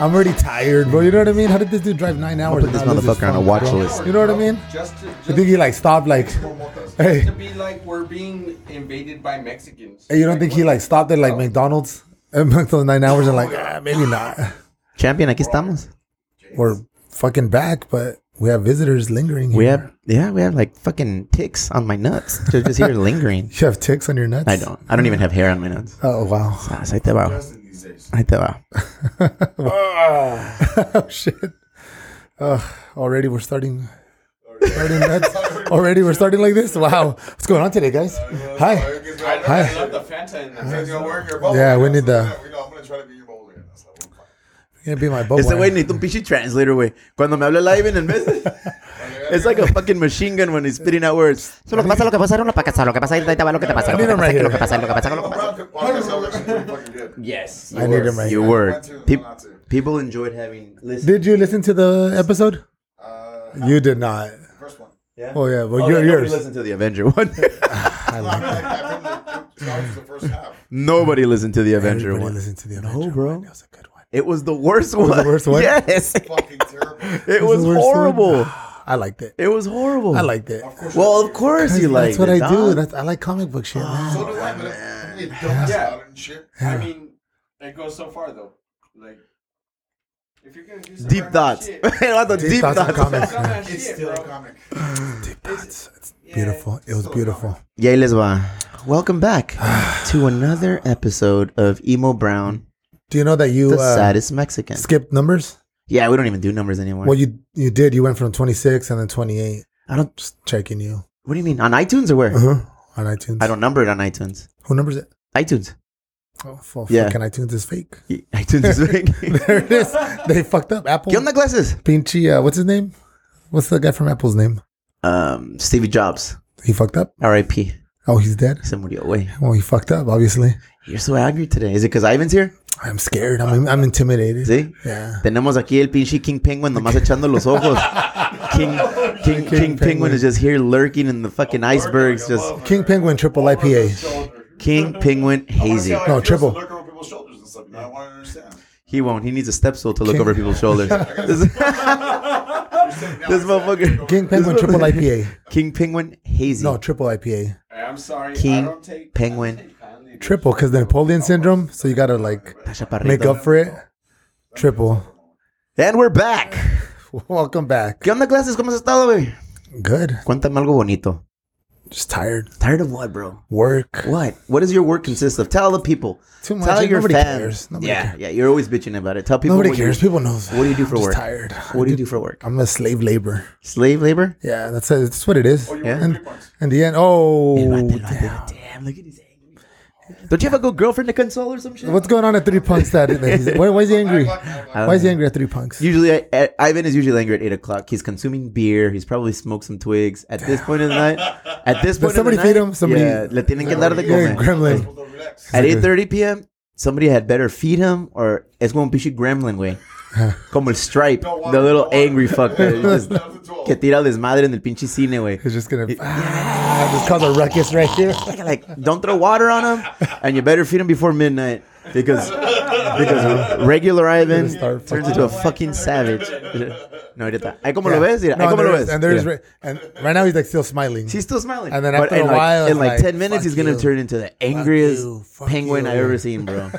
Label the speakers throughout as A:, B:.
A: I'm already tired, bro. You know what I mean? How did this dude drive nine hours?
B: put
A: and
B: this
A: not lose his
B: motherfucker on a
A: phone,
B: watch
A: bro?
B: list.
A: You know what I mean?
C: Just to,
A: I
C: just
A: think he like stopped, like, hey.
C: to be like we're being invaded by Mexicans.
A: Hey, you don't think he like stopped at like McDonald's and McDonald's nine hours and like ah, maybe not.
B: Champion, aquí estamos.
A: We're fucking back, but we have visitors lingering.
B: We
A: here.
B: have, yeah, we have like fucking ticks on my nuts. They're just here lingering.
A: You have ticks on your nuts.
B: I don't. I don't even have hair on my nuts.
A: Oh wow.
B: Ah, ahí te va.
D: Justin these days.
B: Ahí te va.
A: oh shit. Ugh, already we're starting. starting nuts. Already we're starting like this. Wow. What's going on today, guys? Hi.
C: I
A: Hi.
C: love the Fanta in
D: It's
C: that.
D: gonna work your bubble.
A: Yeah, we
D: you know,
A: need
D: so
A: the-
D: You know, I'm gonna try to be your bubble again. That's like,
A: You're gonna be my bubble.
B: Este güey necesita un pinche translator, güey. Cuando me habla live en el mes, it's like a fucking machine gun when he's spitting out words.
E: Eso es lo que pasa, lo que pasa, era una pacaza, lo que pasa, ahí te va lo que te pasa, lo que te pasa, lo que pasa, lo que pasa, lo que pasa.
B: Yes.
A: I need him right
B: You
A: now.
B: were. Pe-
D: Not to.
B: people enjoyed having. Listen.
A: Did you listen to the episode?
D: Uh,
A: You did not.
D: first one.
A: Oh yeah. Well,
B: Oh,
A: you're
B: yeah, nobody
A: yours.
B: listened to the Avenger one.
A: I
D: I
A: like
D: mean, I think that was the first half.
B: nobody listened to the Avenger
A: everybody
B: one.
A: listen to the Avenger. one.
B: bro.
A: That was a good one.
B: It was the worst one.
A: the worst one?
B: Yes. It
D: Fucking terrible.
B: was
A: the worst one?
B: horrible.
A: I liked it.
B: It was horrible.
A: I liked it.
B: Well, of course you like.
A: That's what I do.
B: That's
A: That's, I like comic book shit, man.
D: So do I, but I made dumbass
C: Yeah.
D: about it and shit.
C: I mean, it goes so far though. Like, if you're gonna do some
B: deep
C: random
B: thoughts.
C: shit,
B: Not the
A: Deep
B: deep,
A: thoughts are
B: thoughts.
A: common.
C: some dumbass
D: It's
C: shit,
D: still
C: bro.
D: comic.
A: Deep thoughts. It's beautiful. It was
D: still
A: beautiful.
B: Y ahí les va. Welcome back to another episode of Emo Brown,
A: Do you know that you
B: the
A: uh,
B: saddest Mexican.
A: skipped numbers?
B: Yeah, we don't even do numbers anymore.
A: Well, you you did. You went from 26 and then 28.
B: I don't.
A: Just checking you
B: What do you mean on iTunes or where?
A: uh-huh. on iTunes.
B: I don't number it on iTunes.
A: Who numbers it?
B: iTunes.
A: Oh, full
B: Yeah.
A: fucking iTunes is fake.
B: Y- iTunes is big.
A: there it is. They fucked up. Apple.
B: ¿Qué onda glasses?
A: Pinchy. Uh, what's his name? What's the guy from Apple's name?
B: Um, Stevie Jobs.
A: He fucked up.
B: R.I.P.
A: Oh, he's dead.
B: Se murió, güey.
A: Well, he fucked up. Obviously,
B: You're so angry today. Is it because Ivan's here?
A: I'm scared. I'm I'm intimidated.
B: Sí.
A: Yeah.
B: Tenemos aquí el pinche King Penguin nomás echando los ojos. King, King, King, Penguin.
A: Penguin. Oh,
B: is just here lurking in the fucking icebergs. Just
A: King Penguin Triple IPA.
D: IPA.
B: King Penguin hazy.
A: No, triple.
D: Look over people's shoulders and stuff. You know, I want to understand.
B: He won't. He needs a step stool to look
A: King-
B: over people's shoulders. this this motherfucker.
A: King Penguin
B: This
A: Triple
B: motherfucker-
A: IPA.
B: King Penguin hazy.
A: No, Triple IPA.
C: Hey, I'm sorry. I
B: King
C: don't take
B: Penguin.
C: I don't take kindly to-
A: Triple, because the Napoleon syndrome. So you gotta like
B: Está chaparrito.
A: make up for it. Triple.
B: And we're back.
A: Welcome back.
B: ¿Qué onda, clases? ¿Cómo has estado, güey?
A: Good.
B: Cuéntame algo bonito.
A: Just tired.
B: Tired of what, bro?
A: Work.
B: What? What does your work consist of? Tell the people.
A: Too much.
B: Tell
A: Like,
B: your
A: nobody
B: fans.
A: cares. Nobody
B: yeah,
A: cares.
B: yeah. You're always bitching about it. Tell people.
A: Nobody
B: what you-
A: cares. People knows.
B: What do you do for
A: I'm just
B: work?
A: Tired.
B: What do you do for work?
A: I'm a slave labor.
B: Slave labor.
A: Yeah, that's it. That's what it is.
B: Yeah.
A: And in the end, oh, damn.
B: Damn, look at his angry. Don't you have a good girlfriend to console or some shit?
A: what's going on at Three Punks? That, that he's, why, why is he angry? Why is he angry at Three Punks?
B: Usually, I, I- Ivan is usually angry at eight o'clock. He's consuming beer. He's probably smoked some twigs. At this point of the night, at this point,
A: somebody
B: of the
A: feed
B: night,
A: him? Somebody-
B: yeah, le tienen que dar de
A: Yeah,
B: comer.
A: gremlin.
B: At eight thirty p.m., somebody had better feed him, or it's going to be gremlin way. Como el stripe, the little angry fuck that just que tira desmadre en el pinche cine, way.
A: He's just gonna ah, just cause a ruckus right here.
B: like don't throw water on him and you better feed him before midnight because because regular Ivan
A: start
B: turns into a fucking savage. No, ahorita. Ahí como lo ves, mira.
A: No,
B: Ahí como
A: there
B: lo
A: is-
B: ves.
A: and there's
B: mira.
A: re- and right now he's like still smiling.
B: He's still smiling.
A: and then
B: But
A: after
B: in
A: a
B: like,
A: while,
B: in
A: it's
B: like
A: like,
B: 10 minutes, he's
A: fuck
B: going to
A: you.
B: turn into the angriest
A: you, fuck
B: penguin
A: you.
B: I've ever seen, bro.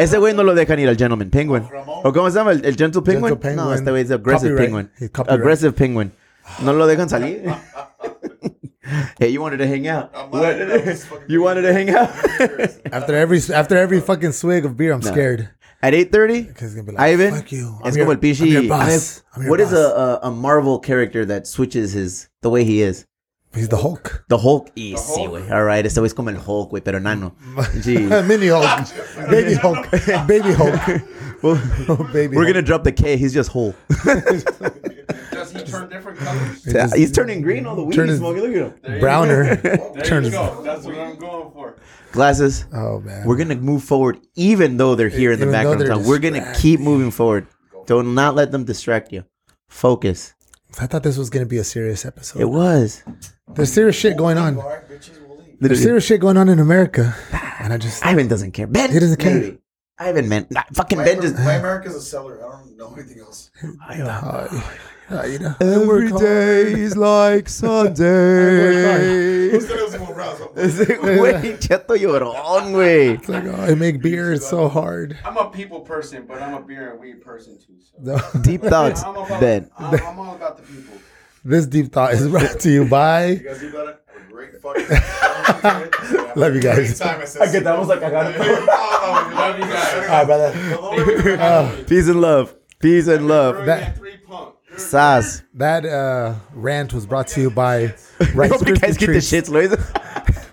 B: Ese güey no lo deja ni ir al gentleman penguin. ¿O cómo se llama? ¿El, el gentle penguin?
A: Gentle
B: No,
A: penguin.
B: este güey es aggressive
A: Copyright.
B: penguin.
A: He copyright.
B: Aggressive penguin. No lo dejan salir. hey, you wanted to hang out. You wanted to hang out?
A: after every after every fucking swig of beer, I'm scared.
B: At 8.30,
A: He's gonna be like,
B: Ivan
A: "Fuck you. I'm
B: es
A: your-
B: como el
A: I'm your
B: pichi.
A: boss. I'm your
B: What is
A: boss."
B: a, a, a Marvel character that switches his, the way he is?
A: He's the Hulk.
B: The Hulk. Y sí, güey. All right, este güey es como el Hulk, güey, pero nano. Sí.
A: Mini Hulk, baby Hulk, baby Hulk. Oh, baby
B: We're
A: Hulk.
B: gonna drop the K. He's just whole.
C: Does he turn different colors?
A: just-
B: He's turning green all the weed.
A: Turn
B: he's
A: his-
B: smoking. Look at him.
C: There you
A: browner.
C: There
A: Turn
C: you
A: his-
C: go. That's what I'm going for.
B: Glasses.
A: Oh man,
B: We're gonna move forward, even though they're here in the
A: Even though
B: background.
A: they're
B: So We're gonna keep moving forward. Don't not let them distract you. Focus.
A: I thought this was gonna be a serious episode.
B: It was.
A: There's serious shit going on. There's
B: Literally.
A: serious shit going on in America, and I just
B: Ivan doesn't care. Ben.
A: He doesn't care.
B: maybe. I haven't meant. Nah, fucking
D: White,
B: Ben
D: Amer-
B: just.
D: White America's a seller. I don't know anything else.
A: Uh, uh, you know,
B: Every day is like Sunday.
D: Who's gonna listen to Rouse?
B: Ese güey, chato llorón, güey.
A: it's like, oh, I make beer. It's so hard.
C: I'm a people person, but I'm a beer and weed person too. So.
B: Deep thoughts,
C: I'm, about,
B: Ben.
C: I'm, I'm all about the people.
A: This deep thought is brought to you by.
D: You guys do better. Have a great fucking.
A: Love you guys.
D: Time I said.
B: Okay, that was like I got it.
D: Oh, love you guys.
B: brother.
C: Uh,
B: Peace and love. Peace and love.
A: that-
C: that three pump.
B: Sas.
A: That uh, rant was brought to you by
B: I
A: Rice
B: hope you
A: Krispie
B: guys get the
A: treats.
B: shits, Luis.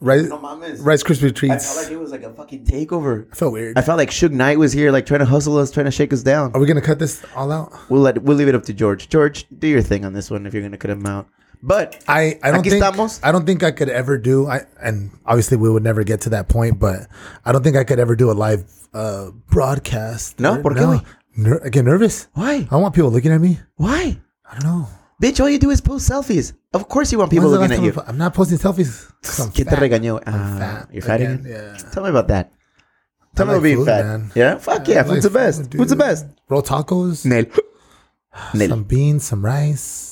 A: Rice,
B: No mames.
A: Rice Krispie
B: I felt like
A: treats.
B: it was like a fucking takeover.
A: I felt weird.
B: I felt like Suge Knight was here, like trying to hustle us, trying to shake us down.
A: Are we gonna cut this all out?
B: We'll let we'll leave it up to George. George, do your thing on this one if you're gonna cut him out. But
A: I, I don't
B: Aquí
A: think
B: estamos.
A: I don't think I could ever do I and obviously we would never get to that point, but I don't think I could ever do a live uh, broadcast.
B: No?
A: Or-
B: ¿Por qué, güey?
A: Ner- I get nervous.
B: why?
A: I don't want people looking at me.
B: Why?
A: I don't know.
B: Bitch, all you do is post selfies. Of course you want people
A: When's the
B: looking
A: last
B: at
A: time
B: you.
A: I- I'm not posting selfies. 'Cause I'm
B: ¿Quién te
A: fat.
B: regañó? Ah,
A: fat
B: you're fat again?
A: again, yeah.
B: Tell me about that. Tell me
A: like
B: about being
A: food,
B: fat.
A: man.
B: Yeah? Fuck yeah.
A: I
B: Food's
A: like
B: the best.
A: food,
B: Food's the
A: dude.
B: best.
A: Roll tacos,
B: Nel.
A: some
B: Nel.
A: beans, some rice.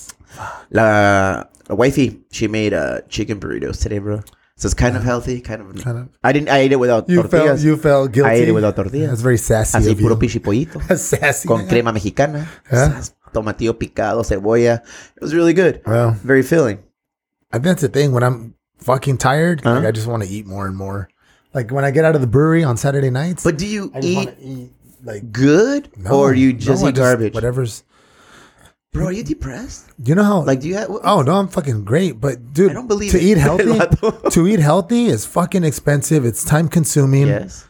B: La, la wifey, she made uh, chicken burritos today, bro. So it's kind of healthy, kind of.
A: Kind of.
B: I didn't. I ate it without
A: You felt
B: tortillas.
A: you felt guilty.
B: I ate it without tortillas.
A: That's very sassy.
B: Así
A: of you.
B: puro pichipollito.
A: That's sassy.
B: con
A: man.
B: crema mexicana,
A: Yeah.
B: sas- tomatillo picado, cebolla. It was really good.
A: Well,
B: Very filling.
A: I think that's the thing. When I'm fucking tired, like
B: Huh?
A: I just want to eat more and more. Like when I get out of the brewery on Saturday nights,
B: But do you
A: I just
B: eat
A: want to eat like
B: good
A: no,
B: or you
A: no,
B: just
A: I
B: eat garbage?
A: Whatever's.
B: Bro, are you depressed?
A: You know how
B: Like, do you have? what-
A: Oh no, I'm fucking great, but dude,
B: I don't believe
A: to
B: it.
A: eat
B: Vato.
A: healthy. to eat healthy is fucking expensive. It's time consuming.
B: yes.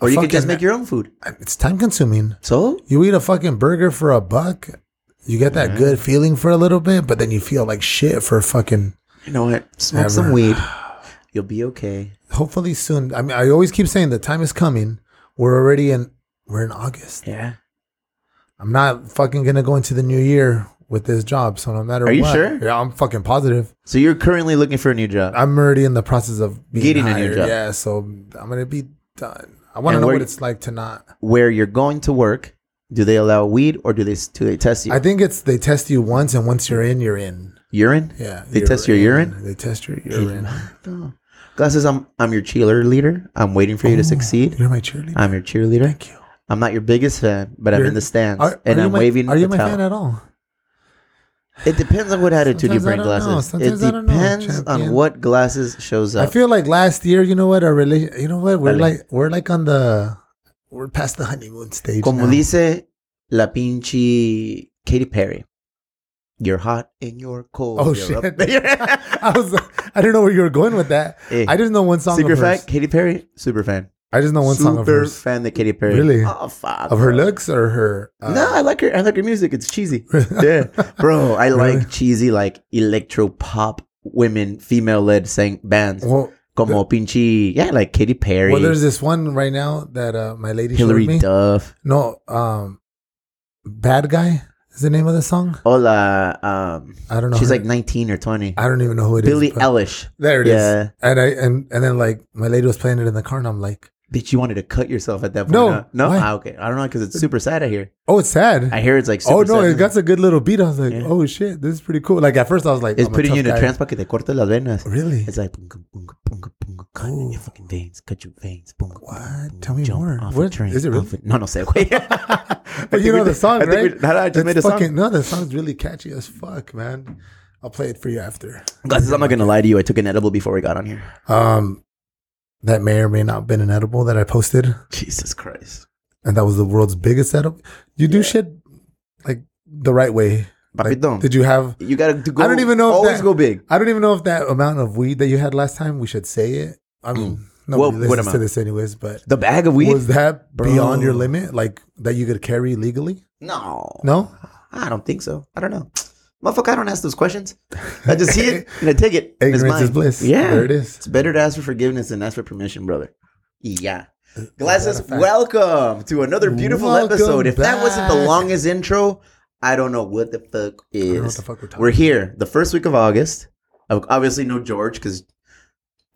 B: Or you could just
A: fucking-
B: make your own food.
A: It's time consuming.
B: So
A: You eat a fucking burger for a buck, you get that good feeling for a little bit, but then you feel like shit for fucking.
B: you know what? Smoke some
A: Never.
B: weed. You'll be okay.
A: Hopefully soon. I mean, I always keep saying the time is coming. We're already in. We're in August.
B: Yeah.
A: I'm not fucking gonna go into the new year with this job. So no matter
B: Are you
A: what,
B: sure?
A: Yeah, I'm fucking positive.
B: So you're currently looking for a new job.
A: I'm already in the process of being
B: Getting a new
A: hired.
B: job.
A: Yeah, so I'm gonna be done. I want to
B: And
A: know
B: where
A: what
B: you-
A: it's like to not.
B: Where you're going to work? Do they allow weed or do they do they test you?
A: I think it's they test you once, and once you're in, you're in.
B: urine?
A: Yeah,
B: They
A: you're
B: test your
A: in.
B: urine?
A: They test your urine.
B: No. Glasses, I'm I'm your cheerleader. I'm waiting for you to succeed.
A: You're my cheerleader.
B: I'm your cheerleader.
A: Thank you.
B: I'm not your biggest fan, but I'm
A: You're-
B: in the stands
A: Are,
B: and
A: are you
B: I'm
A: my,
B: waving.
A: Are you
B: the
A: my
B: towel.
A: fan at all?
B: It depends on what attitude you
A: Sometimes I
B: bring,
A: don't know.
B: glasses. It
A: Sometimes I don't know,
B: depends on
A: champion.
B: what glasses shows
A: I
B: up.
A: feel like last year, you know what? Our relation, you know what? We're
B: Dale.
A: like we're like on the we're past the honeymoon stage.
B: Como
A: now.
B: dice la pinche Katy Perry, you're hot and you're cold.
A: Oh
B: You're
A: shit!
B: up-
A: I was I didn't know where you were going with that.
B: Hey,
A: I just know one song.
B: Secret
A: of hers.
B: fact, Eh, Katy Perry, super fan.
A: I just know one
B: super
A: song of hers.
B: fan of Katy Perry.
A: Really?
B: Oh, fuck.
A: Of her
B: bro.
A: looks or her? Uh,
B: no, I like her. I like her music. It's cheesy. yeah, bro. I
A: Really?
B: like cheesy, like electro pop women, female led sang bands.
A: Well,
B: Como pinche, yeah, like Katy Perry,
A: well, there's this one right now that uh, my lady
B: Hillary
A: showed me.
B: Duff,
A: No, um, bad guy is the name of the song.
B: Hola. Um,
A: I don't know.
B: she's
A: her-
B: like 19 or 20.
A: I don't even know who it is.
B: Billie
A: but-
B: Eilish.
A: There it is.
B: Yeah.
A: And I and and then like my lady was playing it in the car, and I'm like,
B: Bitch, you wanted to cut yourself at that point.
A: No,
B: huh? no,
A: why?
B: Ah, okay. I don't know because it's super sad. I hear.
A: oh, it's sad.
B: I hear it's like. Super
A: oh no,
B: sad.
A: it got a good little beat. I was like,
B: Yeah.
A: oh shit, this is pretty cool. Like at first, I was like,
B: It's
A: I'm
B: putting you in
A: tough
B: a
A: guy.
B: trance que te corta las venas.
A: Really?
B: It's like bunga, bunga, bunga, bunga, cut in your
A: Oh.
B: fucking veins, cut your veins, bunga, bunga,
A: What?
B: bunga,
A: Tell me
B: jump
A: more.
B: Off a
A: What-
B: train,
A: is it
B: off
A: really-
B: a- no, no sé, güey.
A: But you know the song,
B: I think
A: right?
B: We, no, no, I just
A: It's
B: made a
A: fucking,
B: song.
A: No, the song's really catchy as fuck, man. I'll play it for you after.
B: Guys, I'm not gonna lie to you. I took an edible before we got on here.
A: Um, that may or may not have been an edible that I posted,
B: Jesus Christ,
A: and that was the world's biggest edible. You do shit like the right way. Like,
B: papito,
A: did you have?
B: you gotta do go.
A: I don't even know if
B: Always
A: that-
B: go big.
A: I don't even know if that amount of weed that you had last time. We should say it. I mean,
B: Mm. Well,
A: nobody
B: what
A: listens to
B: amount?
A: this anyways. But
B: The bag of weed?
A: was that beyond your
B: Bro.
A: limit, like that you could carry legally?
B: no,
A: No.
B: I don't think so. I don't know. Motherfucker, I don't ask those questions. I just see it and I take it. and it's
A: Ignorance is
B: mine.
A: bliss.
B: Yeah,
A: there it is.
B: It's better to ask for forgiveness than ask for permission, brother. Yeah.
A: Is
B: Glasses,
A: that a fact?
B: welcome to another beautiful
A: Welcome
B: episode. If that wasn't the
A: back.
B: longest intro, I don't know what the fuck
A: I don't know
B: is.
A: what the fuck we're talking.
B: We're here the first week of August. Ob- Obviously, no George because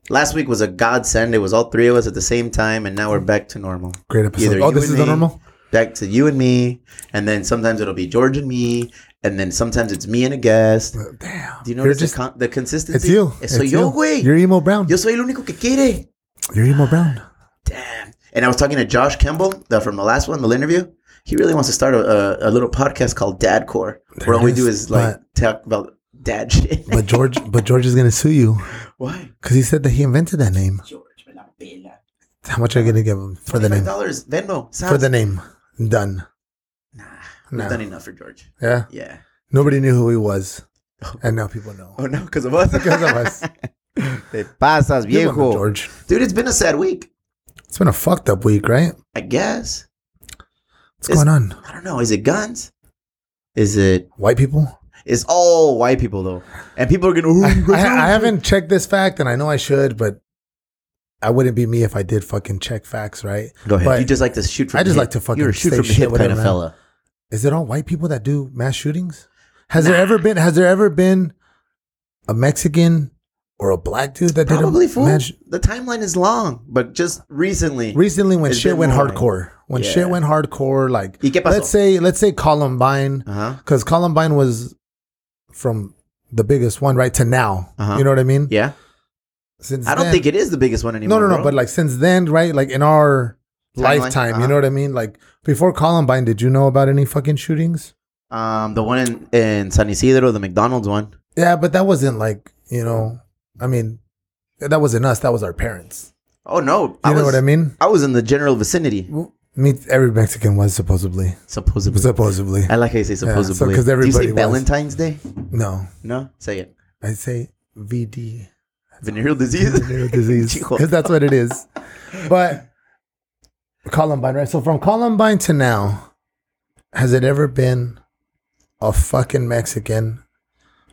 B: Last week was a godsend. It was all three of us at the same time, and now we're back to normal.
A: Great episode.
B: Either
A: oh,
B: you
A: this
B: and
A: is the
B: me.
A: normal.
B: Back to you and me, and then sometimes it'll be George and me, and then sometimes it's me and a guest.
A: Damn.
B: Do you
A: You're
B: notice
A: just-
B: the, con- the consistency?
A: It's you.
B: Eh, Soy
A: It's
B: yo,
A: you. You're
B: güey.
A: emo brown.
B: Yo soy el único que quiere.
A: You're emo brown.
B: Damn. And I was talking to Josh Campbell the, from the last one, the interview. He really wants to start a, a, a little podcast called Dadcore,
A: There
B: where all we
A: it
B: do
A: is,
B: is like talk about dad shit.
A: But George, but George is gonna sue you
B: Why?
A: because he said that he invented that name.
B: George, me la pela.
A: How much are you gonna give him for the name?
B: dollars. Venmo. Sas.
A: For the name, done.
B: We've
A: Nah.
B: done enough for George.
A: Yeah.
B: Yeah.
A: Nobody knew who he was, and now people know.
B: Oh no, because of us.
A: Because of us.
B: Te pasas,
A: Good one,
B: viejo.
A: George.
B: Dude, it's been a sad week.
A: It's been a fucked up week, right?
B: I guess.
A: What's
B: It's-
A: going on?
B: I don't know. Is it guns? Is it?
A: White people?
B: It's all white people though, and people are gonna. "Ooh,
A: I,
B: Brazil."
A: I haven't checked this fact, and I know I should, but I wouldn't be me if I did fucking check facts, right?
B: Go ahead.
A: but-
B: you just like to shoot from.
A: I
B: the
A: just
B: hip.
A: like to fucking
B: You're a shoot
A: say
B: from the
A: shit,
B: hip kind of
A: whatever, man.
B: fella.
A: Is it all white people that do mass shootings? Has there ever been? Has there ever been a Mexican or a black dude that
B: Probably
A: did a
B: fool.
A: mass? sh-
B: the timeline is long, but just recently.
A: Recently, when
B: It's
A: shit
B: been
A: went
B: more like-
A: hardcore, when
B: Yeah.
A: shit went hardcore, like
B: ¿Y qué pasó?
A: let's say let's say Columbine,
B: uh huh.
A: because Columbine was from the biggest one right to now.
B: Uh-huh.
A: You know what I mean?
B: Yeah.
A: Since
B: I don't
A: then-
B: think it is the biggest one
A: No,
B: anymore.
A: no, no.
B: bro.
A: But like since then, right? Like in our
B: Timeline,
A: lifetime, you
B: uh-huh.
A: know what I mean? Like before Columbine, did you know about any fucking shootings?
B: um, the one in, in San Isidro, the McDonald's one.
A: Yeah, but that wasn't like you know. I mean, that wasn't us. That was our parents.
B: Oh no!
A: You
B: I
A: know
B: was,
A: what I mean?
B: I was in the general vicinity,
A: Me, every Mexican was supposedly,
B: supposedly.
A: supposedly.
B: I like how you say
A: Yeah, so-
B: supposedly.
A: 'cause
B: Do you
A: everybody
B: say
A: was.
B: Valentine's Day?
A: No,
B: No, say it.
A: I say VD,
B: Venereal disease.
A: venereal disease,
B: Chihuahua.
A: because that's what it is. But Columbine, right? So from Columbine to now, has it ever been a fucking Mexican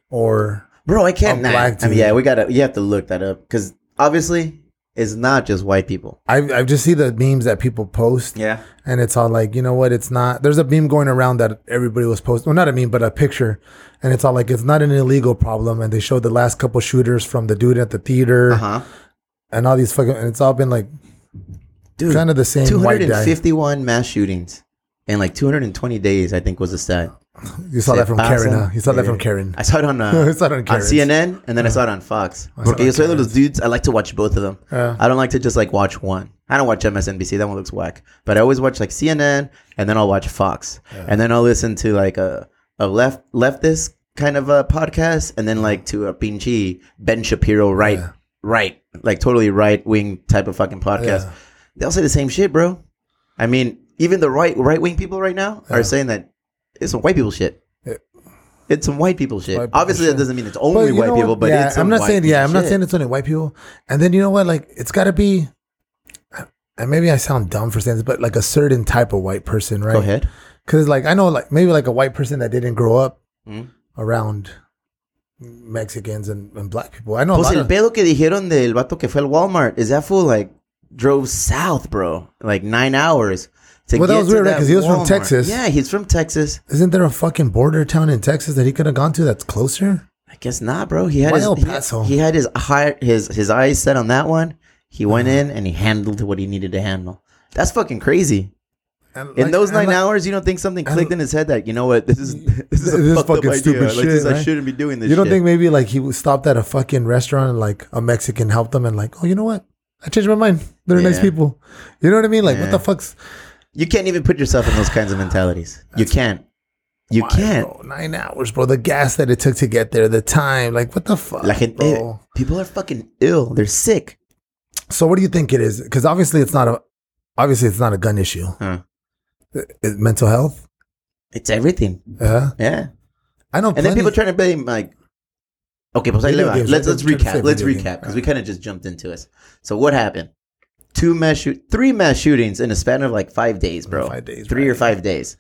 A: or
B: Bro, I can't.
A: A
B: nah.
A: black
B: I mean,
A: dude.
B: yeah, we gotta. You have to look that up because obviously it's not just white people.
A: I I just see the memes that people post,
B: Yeah.
A: and it's all like, you know what? It's not. There's a meme going around that everybody was posting. Well, not a meme, but a picture, and it's all like, it's not an illegal problem. And they showed the last couple shooters from the dude at the theater
B: Uh huh.
A: and all these fucking. And it's all been like
B: Dude,
A: kind of the same white guy.
B: 251 mass shootings in like 220 days. I think was the stat.
A: You saw
B: Se
A: that from
B: pasan.
A: Karen. Huh? You saw that from
B: Yeah.
A: Karen.
B: I saw it on
A: I
B: uh,
A: saw that on
B: on
A: Karen.
B: CNN and then I saw it on Fox.
A: saw it
B: Porque yo
A: on
B: soy de los dudes. I like to watch both of them.
A: Yeah.
B: I don't like to just like watch one. I don't watch MSNBC. That one looks whack. But I always watch like CNN and then I'll watch Fox and then I'll listen to like a a left leftist kind of a podcast and then like to a pinchy Ben Shapiro right
A: Yeah.
B: right like totally right wing type of fucking podcast.
A: Yeah.
B: They all say the same shit, bro. I mean, even the right right wing people right now are saying that it's some white people shit.
A: Yeah.
B: It's some white people shit.
A: White people
B: Obviously,
A: shit.
B: that doesn't mean it's
A: But
B: only
A: you
B: white
A: know
B: people,
A: what?
B: but
A: yeah,
B: it's
A: I'm
B: some
A: not
B: white
A: saying yeah, I'm
B: people
A: not saying
B: shit.
A: it's only white people. And then you know what? Like it's got to be. And maybe I sound dumb for saying this, but like a certain type of white person, right?
B: Go ahead.
A: Cause like I know like maybe like a white person that didn't grow up
B: Mm.
A: around Mexicans and, and black people. I know a
B: Pues
A: lot
B: el
A: of,
B: pedo que dijeron del vato que fue al Walmart is that fool like drove south, bro, like nine hours. To
A: Well, that
B: get
A: was
B: to
A: weird, right?
B: that
A: 'Cause he was from
B: Walmart.
A: Texas.
B: Yeah, he's from Texas.
A: isn't there a fucking border town in Texas that he could have gone to that's closer?
B: I guess not, bro. He had
A: Why
B: his
A: El
B: he-
A: Paso?
B: He, had his hi- his his eyes set on that one. He went
A: Uh-huh.
B: in and he handled what he needed to handle. That's fucking crazy.
A: And,
B: In
A: like-
B: those
A: and,
B: nine
A: like,
B: hours, you don't think something
A: and-
B: clicked in his head that you know what this is this is a
A: This is
B: fucked up
A: fucking
B: idea.
A: stupid
B: like, this,
A: shit,
B: I
A: right?
B: shouldn't be doing this.
A: You don't
B: shit.
A: think maybe like he stopped at a fucking restaurant and like a Mexican helped him and like, oh, you know what? I changed my mind. They're nice
B: Yeah.
A: people. You know what I mean? Like,
B: Yeah.
A: what the fuck's
B: you can't even put yourself in those kinds of mentalities. You can't. You
A: Why,
B: can't.
A: bro? nine hours, bro. The gas that it took to get there, the time, like, what the fuck,
B: La gente,
A: bro?
B: people are fucking ill. They're sick.
A: So, what do you think it is? Because obviously, it's not a, obviously, it's not a gun issue.
B: Huh.
A: It- it- mental health.
B: It's everything.
A: Yeah,
B: Yeah.
A: I know.
B: And then
A: plenty-
B: people trying to blame like, okay, pues ahí le
A: Video
B: va.
A: games,
B: let's
A: right?
B: let's
A: They're trying to say
B: recap. Let's
A: video
B: recap
A: games.
B: because we kind of just jumped into it. So what happened? Two mass shoot, three mass shootings in a span of like five days, bro.
A: Five days,
B: three or five days.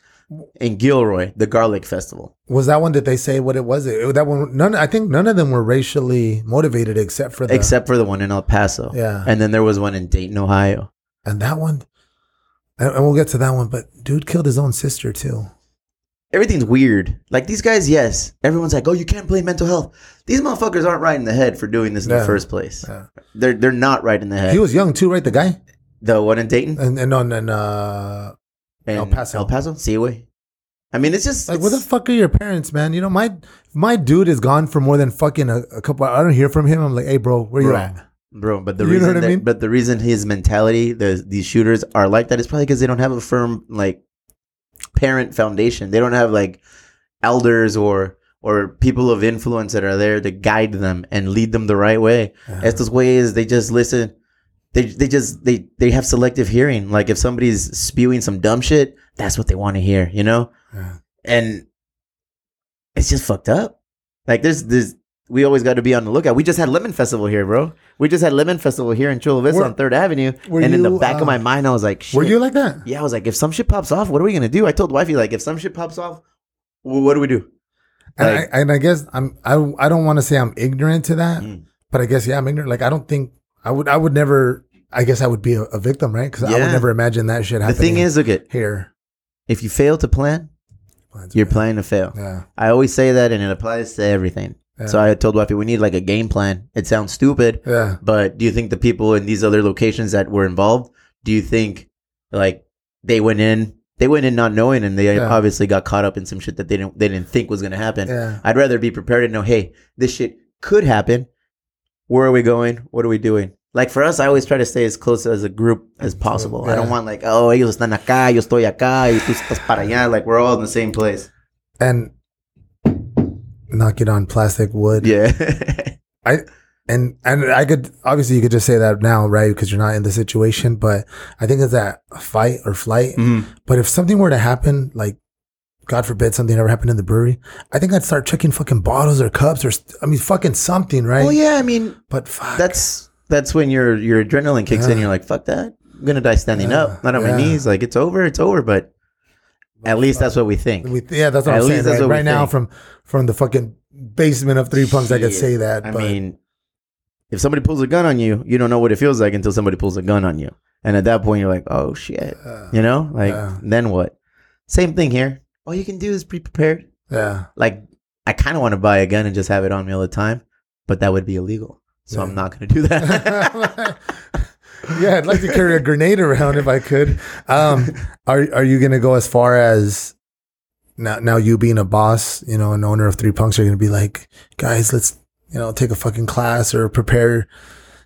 B: In Gilroy, the Garlic Festival.
A: was that one? Did they say what it was? It, that one, none. I think none of them were racially motivated, except for the,
B: except for the one in El Paso.
A: Yeah.
B: And then there was one in Dayton, Ohio.
A: and that one, and, and we'll get to that one. But dude killed his own sister too.
B: everything's weird. Like these guys, yes, everyone's like, "Oh, you can't blame mental health." These motherfuckers aren't right in the head for doing this in
A: Yeah.
B: the first place.
A: Yeah.
B: They're they're not right in the head.
A: He was young too, right? The guy
B: the one in Dayton
A: and and on and uh,
B: and
A: El Paso.
B: El Paso, Seaway. I mean, it's just
A: like,
B: it's-
A: where the fuck are your parents, man? You know, my my dude is gone for more than fucking a, a couple. I don't hear from him. I'm like, hey, bro, where you
B: Bro.
A: at?
B: bro. But the
A: You know
B: reason
A: what I
B: that,
A: mean?
B: but the reason his mentality, the, these shooters are like that, is probably because they don't have a firm like parent foundation. They don't have like elders or or people of influence that are there to guide them and lead them the right way.
A: Uh-huh.
B: Estos güeyes, they just listen. They, they just they they have selective hearing. Like if somebody's spewing some dumb shit, that's what they want to hear, you know.
A: Yeah.
B: And it's just fucked up. Like there's this we always got to be on the lookout. We just had Lemon Festival here, bro. We just had Lemon Festival here in Chula Vista
A: Were-
B: on Third Avenue,
A: were
B: and in the
A: you,
B: back
A: uh,
B: of my mind, I was like, shit.
A: Were you like that?
B: Yeah, I was like, if some shit pops off, what are we gonna do? I told wifey like, if some shit pops off, wh- what do we do?
A: And,
B: Like-
A: I, and I guess I'm I I don't want to say I'm ignorant to that,
B: Mm.
A: but I guess yeah, I'm ignorant. Like I don't think I would I would never. I guess I would be a, a victim, right? Because I would
B: Yeah.
A: never imagine that shit
B: The
A: happening.
B: thing is, look at
A: here,
B: if you fail to plan, you're planning to fail.
A: Yeah,
B: I always say that, and it applies to everything.
A: Yeah.
B: So I told wifey we need like a game plan. It sounds stupid,
A: yeah.
B: But do you think the people in these other locations that were involved, do you think like they went in they went in not knowing and they
A: Yeah.
B: obviously got caught up in some shit that they didn't they didn't think was gonna happen.
A: Yeah.
B: I'd rather be prepared and know, hey, this shit could happen. Where are we going? What are we doing? Like for us, I always try to stay as close as a group as possible. I don't
A: yeah.
B: want like, oh, ellos están acá, yo estoy acá, y tú estás para allá. Like we're all in the same place.
A: And knock it on plastic wood.
B: Yeah.
A: I and and I could obviously you could just say that now, right? Because you're not in the situation. But I think it's that fight or flight.
B: Mhm.
A: But if something were to happen, like God forbid something ever happened in the brewery, I think I'd start checking fucking bottles or cups or st- I mean fucking something, right?
B: Well, Oh, yeah. I mean,
A: But fuck.
B: that's that's when your your adrenaline kicks in.
A: Yeah.
B: You're like, fuck that. I'm gonna die standing
A: Yeah,
B: up, not on my
A: yeah.
B: knees. Like it's over, it's over. But at least that's what we think.
A: We- yeah, that's what I'm
B: At
A: saying.
B: least that's
A: Right,
B: what we
A: Right now,
B: think.
A: from from the fucking basement of Three Punks, I could
B: Shit.
A: say that.
B: I
A: but
B: mean, if somebody pulls a gun on you, you don't know what it feels like until somebody pulls a gun on you, and at that point, you're like, oh shit.
A: uh,
B: You know, like
A: Yeah.
B: then what? Same thing here. All you can do is be prepared.
A: yeah,
B: Like I kind of want to buy a gun and just have it on me all the time, but that would be illegal. So
A: Yeah.
B: I'm not gonna do that.
A: yeah. I'd like to carry a grenade around if I could. Um, are are you gonna go as far as now? Now you being a boss, you know, an owner of Three Punks, you're gonna be like, guys, let's you know take a fucking class or prepare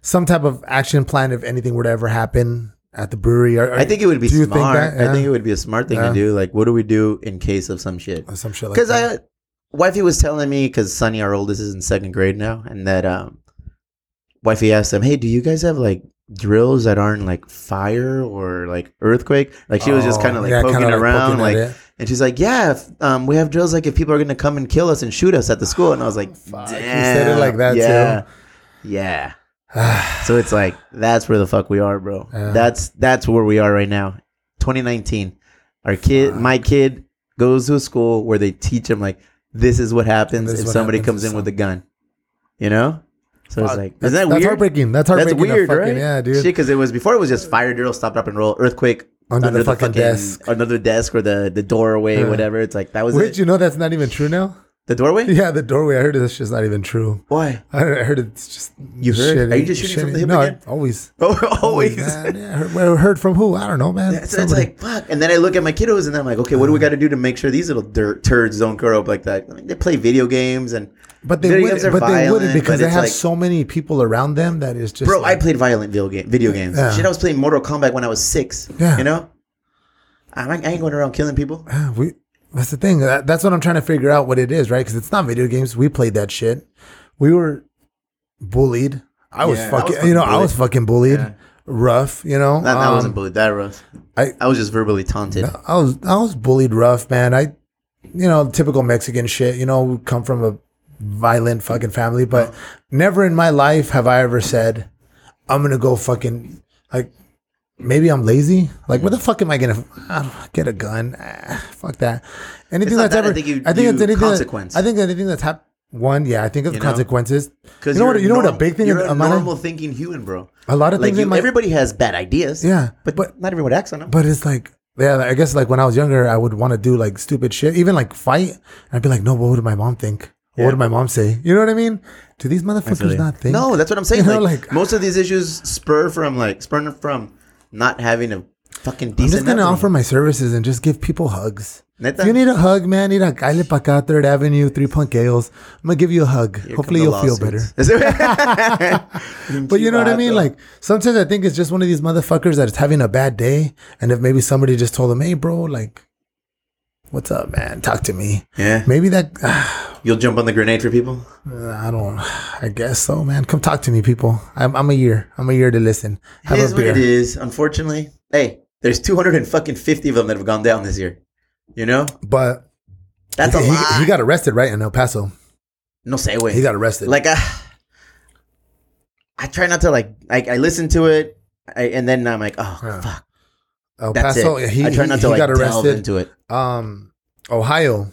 A: some type of action plan if anything were to ever happen at the brewery. Are, are-
B: I think it would be
A: Do you
B: smart.
A: think that?
B: I think
A: Yeah.
B: it would be a smart thing
A: Yeah.
B: to do. Like, what do we do in case of some shit?
A: or some shit like
B: Because
A: that.
B: I, wifey was telling me because Sonny, our oldest, is in second grade now, and that um, wifey asked them, "Hey, do you guys have like drills that aren't like fire or like earthquake?" Like she was just
A: Oh,
B: kind of like
A: yeah,
B: poking
A: kinda like
B: around,
A: poking at
B: like,
A: it.
B: and she's like, "Yeah, if, um, we have drills like if people are gonna come and kill us and shoot us at the school," and I was like,
A: Fuck,
B: "Damn,
A: you said it like that, too.
B: yeah, yeah." So it's like that's where the fuck we are, bro.
A: Yeah.
B: That's that's where we are right now. 2019. Our kid, my kid, goes to a school where they teach him like this is what happens
A: This is
B: if
A: what
B: somebody
A: happens
B: comes
A: if
B: in with a gun. You know. So it's
A: Fuck,
B: like,
A: that's,
B: is that
A: that's
B: weird?
A: heartbreaking. That's
B: That's
A: heartbreaking. to
B: weird,
A: fucking-
B: right?
A: Yeah, dude.
B: because it was before it was just fire drill, stop, drop, and roll, earthquake
A: Under the fucking desk.
B: under the desk or the the doorway,
A: Yeah.
B: whatever. It's like that was
A: Wait,
B: it.
A: you know that's not even true now?
B: the doorway.
A: Yeah, the doorway. I heard it's just not even true.
B: Why?
A: I heard I heard it's just
B: You heard? Are you just shooting from the hip
A: No, I-
B: again?
A: always.
B: Oh, always.
A: Man, yeah, I heard, well, I heard from who? I don't know, man.
B: Yeah, so it's
A: Somebody.
B: like fuck. And then I look at my kiddos, and I'm like, okay, what do we got to do to make sure these little dirt turds don't grow up like that? I mean, they play video games, and
A: but they
B: video
A: wouldn't,
B: games are
A: but they
B: violent,
A: wouldn't because
B: but
A: they
B: it's
A: have
B: like-
A: so many people around them that is just.
B: bro,
A: like,
B: I played violent video, game, video games.
A: Yeah.
B: Shit, I was playing Mortal Kombat when I was six.
A: Yeah.
B: you know, I, I ain't going around killing people.
A: Yeah, "Ah, we. That's the thing. That, that's what I'm trying to figure out what it is, right? Because it's not video games. We played that shit. We were bullied. I was
B: Yeah, I was
A: fucking,
B: fucking
A: you know, I
B: bullied.
A: was fucking bullied, rough, you know.
B: That, that
A: Um,
B: wasn't bullied. That was.
A: I-
B: I, I was just verbally taunted.
A: I was I was bullied rough, man. I, you know, typical Mexican shit. You know, we come from a violent fucking family, but never in my life have I ever said, "I'm gonna go fucking like." Maybe I'm lazy. Like, where the fuck am I gonna I don't know, get a gun? Ah, fuck that. Anything
B: not
A: that's
B: that, I
A: ever,
B: think you-
A: it's
B: you-
A: anything. that-
B: consequence.
A: I think anything that's happened. One, yeah, I think of
B: You know?
A: consequences. You
B: Because
A: know what? You know what? A big thing.
B: You're a
A: in my life-
B: normal thinking human, bro.
A: a lot of
B: Like
A: things
B: you,
A: in my
B: everybody has bad ideas.
A: yeah,
B: but,
A: but
B: not everyone acts on them.
A: But it's like yeah, like, I guess like when I was younger, I would want to do like stupid shit, even like fight. I'd be like, no, what would my mom think? What would my mom say? You know what I mean? Do these motherfuckers not think?
B: No, that's what I'm saying.
A: You know,
B: like,
A: like-
B: most of these issues spur from like spurn from not having a fucking
A: I'm
B: decent.
A: just gonna
B: upbringing.
A: offer my services and just give people hugs.
B: Neta.
A: If you need a hug, man, need a Calle pa acá, Third Avenue, Three Punk Ales. I'm gonna give you a hug.
B: Here
A: Hopefully,
B: come
A: you'll feel
B: the
A: better.
B: lawsuits.
A: But you know what I mean?
B: Vato.
A: Like sometimes I think it's just one of these motherfuckers that is having a bad day, and if maybe somebody just told him, "Hey, bro, like, what's up, man? Talk to me."
B: yeah,
A: Maybe that ah,
B: you'll jump on the grenade for people.
A: I don't. I guess so, man. Come talk to me, people. I'm, I'm a year. I'm a year to listen. Have
B: it is
A: a
B: what it
A: beer.
B: is. Unfortunately, hey, there's 250 of them that have gone down this year. You know,
A: But
B: that's a
A: he,
B: lot.
A: he got arrested, right, in El Paso.
B: no say way.
A: He got arrested.
B: like I, I try not to like. I, I listen to it, I, and then I'm like, oh
A: Yeah.
B: fuck,
A: El
B: that's
A: Paso.
B: it.
A: He,
B: I try
A: he-
B: not
A: he
B: to like
A: got
B: delve
A: arrested.
B: into it.
A: um, Ohio.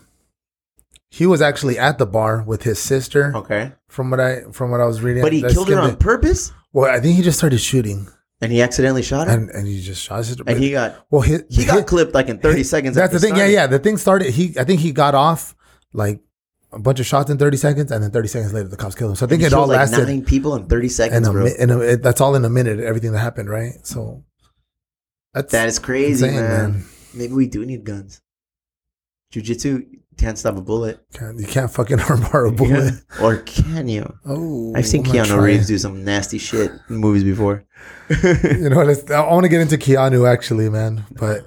A: He was actually at the bar with his sister.
B: Okay,
A: From what I from what I was reading,
B: Oh. but he
A: I
B: killed her
A: skimmed
B: on
A: it.
B: purpose,
A: Well, I think he just started shooting,
B: and he accidentally shot her, and,
A: and and he just shot. His sister.
B: he got
A: well, his,
B: he got
A: his-
B: clipped like in 30 seconds.
A: That's
B: after
A: the thing.
B: starting.
A: Yeah, yeah. The thing started. He, I think he got off like a bunch of shots in 30 seconds, and then 30 seconds later, the cops killed him. So I think
B: He
A: it all
B: killed, like
A: lasted
B: nine people in 30
A: in
B: seconds,
A: a,
B: bro.
A: mi- in a it, that's all in a minute. Everything that happened, right? So that's
B: That is crazy,
A: insane,
B: man.
A: man.
B: Maybe we do need guns. Jiu-jitsu can't stop a bullet.
A: can't, you can't fucking armbar a bullet.
B: or can you?
A: Oh,
B: I've seen
A: I'm gonna
B: Keanu
A: try.
B: Reeves do some nasty shit in movies before. Why
A: You know, let's, I want to get into Keanu actually, man. But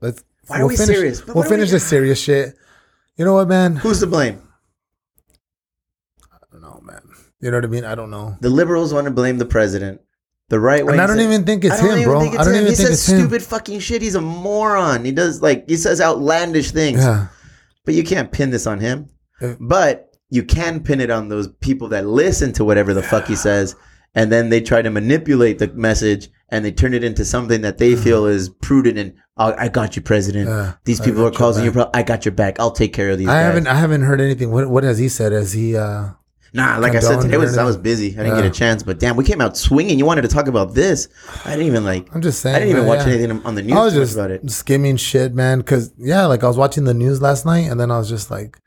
A: let's.
B: are we
A: finish,
B: serious? But
A: We'll
B: why are we-
A: finish this serious shit. You know what, man?
B: Who's to blame?
A: I don't know, man. You know what I mean? I don't know.
B: The liberals want to blame the president. The right wing.
A: And I don't even think it's him, bro. I don't even
B: he
A: think
B: says
A: it's him.
B: stupid fucking shit. He's a moron. He does like he says outlandish things.
A: Yeah.
B: But you can't pin this on him.
A: Uh,
B: But you can pin it on those people that listen to whatever the fuck he says, and then they try to manipulate the message and they turn it into something that they feel is prudent and oh, I got you, President.
A: Yeah,
B: These
A: Uh-huh. Uh, I
B: people are
A: got your
B: causing you
A: back.
B: problem. I got your back. I'll take care of these
A: I
B: guys.
A: haven't I haven't heard anything. What what has he said? Has he uh
B: Nah, like I said,
A: condoned
B: today
A: or
B: was I was
A: anything.
B: busy. I didn't
A: Yeah.
B: get a chance. But damn, we came out swinging. You wanted to talk about this. I didn't even like.
A: I'm just saying.
B: I didn't even
A: man,
B: watch
A: yeah.
B: anything on the news
A: I was
B: too much
A: just
B: about it.
A: skimming shit, man. Cause yeah, like I was watching the news last night, and then I was just like,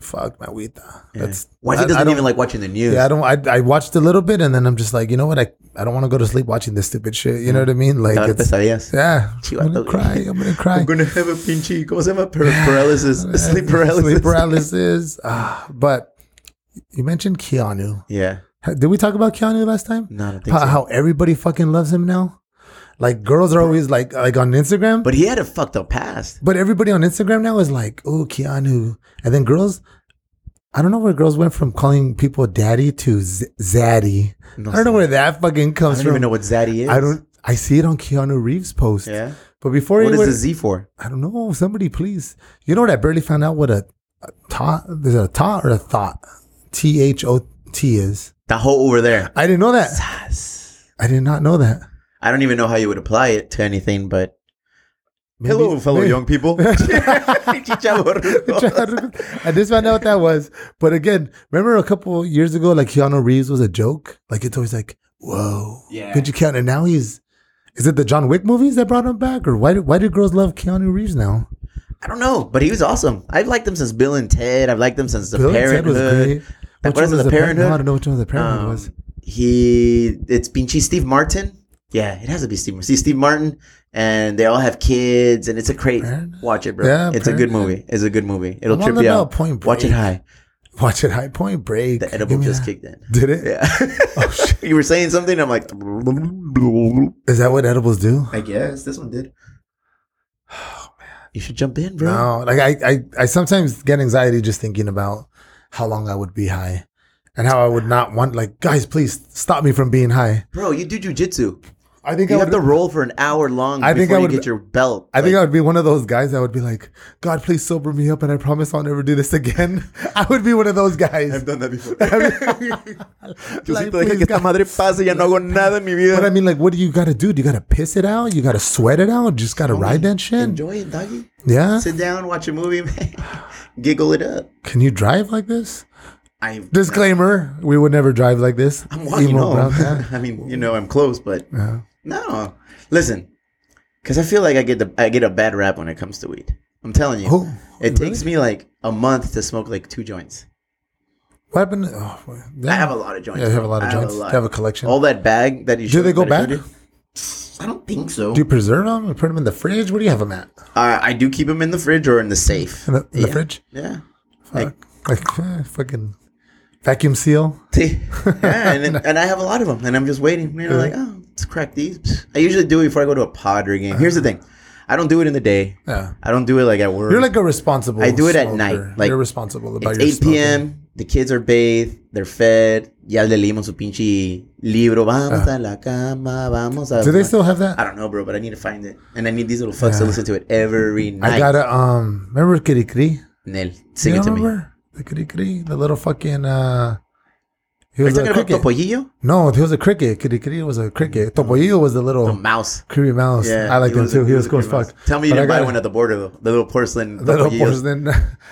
A: "Fuck, my Wita. That's
B: Why
A: I-
B: he
A: I
B: doesn't
A: don't-
B: even like watching the news?
A: Yeah, I don't. I, I watched a little bit, and then I'm just like, you know what? I, I don't want to go to sleep watching this stupid shit.
B: Mm.
A: You know what I mean? Like,
B: Ahora
A: it's,
B: pesadillas.
A: yeah. I'm
B: Chihuahua.
A: gonna cry. I'm gonna cry.
B: I'm gonna have a pinchy. ¿Cómo se llama? Par- paralysis. Sleep paralysis.
A: Sleep paralysis. Ah, but you mentioned Keanu.
B: Yeah.
A: Did we talk about Keanu last time?
B: No, I don't think
A: how,
B: so.
A: how everybody fucking loves him now. Like girls are always like like on Instagram, but
B: But he had a fucked up past.
A: but everybody on Instagram now is like, oh Keanu, and then girls. I don't know where girls went from calling people daddy to z- zaddy.
B: No
A: I don't know
B: sé.
A: where that fucking
B: I
A: comes
B: don't
A: from.
B: even know what Zaddy is.
A: I don't. I see it on Keanu Reeves' post.
B: Yeah.
A: But before
B: What
A: he
B: is
A: went,
B: the Z for?
A: I don't know. Somebody please. You know what? I barely found out what a, a ta there's a ta or a thought. T H O T is.
B: The hole over there.
A: I didn't know that. I did not know that.
B: I don't even know how you would apply it to anything, but
A: Maybe-
B: hello, fellow
A: maybe-
B: young people. Chicharro.
A: I just found out what that was. But again, remember a couple years ago, like Keanu Reeves was a joke. Like it's always like, whoa,
C: Yeah.
A: Good you count? And now he's, is it the John Wick movies that brought him back, or why do why do girls love Keanu Reeves now?
B: I don't know, but he was awesome. I've liked him since Bill and Ted. I've liked him since the
A: Bill and Ted
B: Parenthood.
A: Which
B: What
A: one
B: is it,
A: was
B: The
A: the Parenthood?
B: Parenthood?
A: I don't know which one the Parenthood
B: Um,
A: was.
B: He it's Pinchy Steve Martin. Yeah, it has to be Steve Martin. See Steve Martin, and they all have kids, and it's a great
A: Parenthood?
B: watch it, bro.
A: Yeah,
B: it's a good
A: Parenthood.
B: movie. It's a good movie. It'll
A: I'm
B: trip
A: all
B: you
A: about
B: out.
A: Point
B: Watch it
A: Break.
B: high.
A: Watch it. High Point Break.
B: The
A: Give
B: edible
A: me
B: just
A: that. Oh,
B: kicked in.
A: Did it? Is
B: Yeah. you were saying something. I'm like,
A: that what edibles do?
B: I guess this one did. Oh, You should jump in, bro.
A: No, like I, I, I sometimes get anxiety just thinking about how long I would be high, and how I would not want. Like, guys, please stop me from being high.
B: Bro, you do jujitsu.
A: I think
B: You
A: I
B: have
A: would.
B: to roll for an hour long
A: I
B: before
A: think I
B: you
A: would-
B: get your belt.
A: I think
B: Like,
A: I would be one of those guys that would be like, God, please sober me up, and I promise I'll never do this again. I would be one of those guys.
B: done that before.
A: Like,
B: Diosito, deja
A: please,
B: que esta
A: God.
B: madre pase, ya no hago nada en mi vida.
A: But I mean, like, what do you got to do? Do you got to piss it out? You got to sweat it out? Just got to ride that shit?
B: Enjoy it, doggy.
A: Yeah.
B: Sit down, watch a movie, man. Giggle it up.
A: Can you drive like this?
B: I,
A: Disclaimer: We would never drive like this.
B: I'm walking
A: Emo Uh-huh.
B: home.
A: Brown, yeah.
B: I mean, you know, I'm close, but
A: Yeah.
B: no. Listen, Because I feel like I get the I get a bad rap when it comes to weed. I'm telling you,
A: Who?
B: it
A: Really?
B: takes me like a month to smoke like two joints.
A: What happened? to- oh, well,
B: I have
A: yeah.
B: a lot of joints.
A: Yeah, you have a
B: bro.
A: lot
B: I
A: of joints. You have a collection.
B: All that bag that you
A: Do they
B: showed-
A: go
B: that I
A: back?
B: showed you? I don't think so.
A: do you preserve them and put them in the fridge? Where do you have them at?
B: Uh, I do keep them in the fridge or in the safe.
A: In the, in the
B: Yeah.
A: fridge?
B: Yeah.
A: Fuck. Like, eh, fucking vacuum seal.
B: yeah, and, then, and I have a lot of them, and I'm just waiting. You know, like, oh, let's crack these. Psh. I usually do it before I go to a Padre game. Here's the thing, I don't do it in the day.
A: Yeah.
B: I don't do it like at work.
A: You're like a responsible.
B: I do it at
A: smoker.
B: night, like,
A: You're responsible about
B: it's
A: your
B: 8
A: smoking.
B: p.m. The kids are bathed, they're fed. Ya le leímos su pinche libro. Vamos a la cama, vamos a.
A: Do they still have that?
B: I don't know, bro, but I need to find it, and I need these little fucks to listen to it every night.
A: I gotta um remember Kiri Kiri?
B: Nel, sing
A: you
B: it to
A: remember?
B: me.
A: The Kiri Kiri, the little fucking uh he
B: Are
A: was
B: you
A: a
B: talking
A: cricket.
B: about Topollillo?
A: no, he was a cricket. Kiri Kiri was a cricket. Topollillo was the little
B: The mouse.
A: creepy mouse. I liked him
B: was a-
A: too. He was
B: a
A: cool as
B: good mouse.
A: fuck.
B: Tell me you
A: But I
B: didn't buy
A: gotta-
B: one at the border though. The little porcelain.
A: the little
B: Topollillos.
A: porcelain.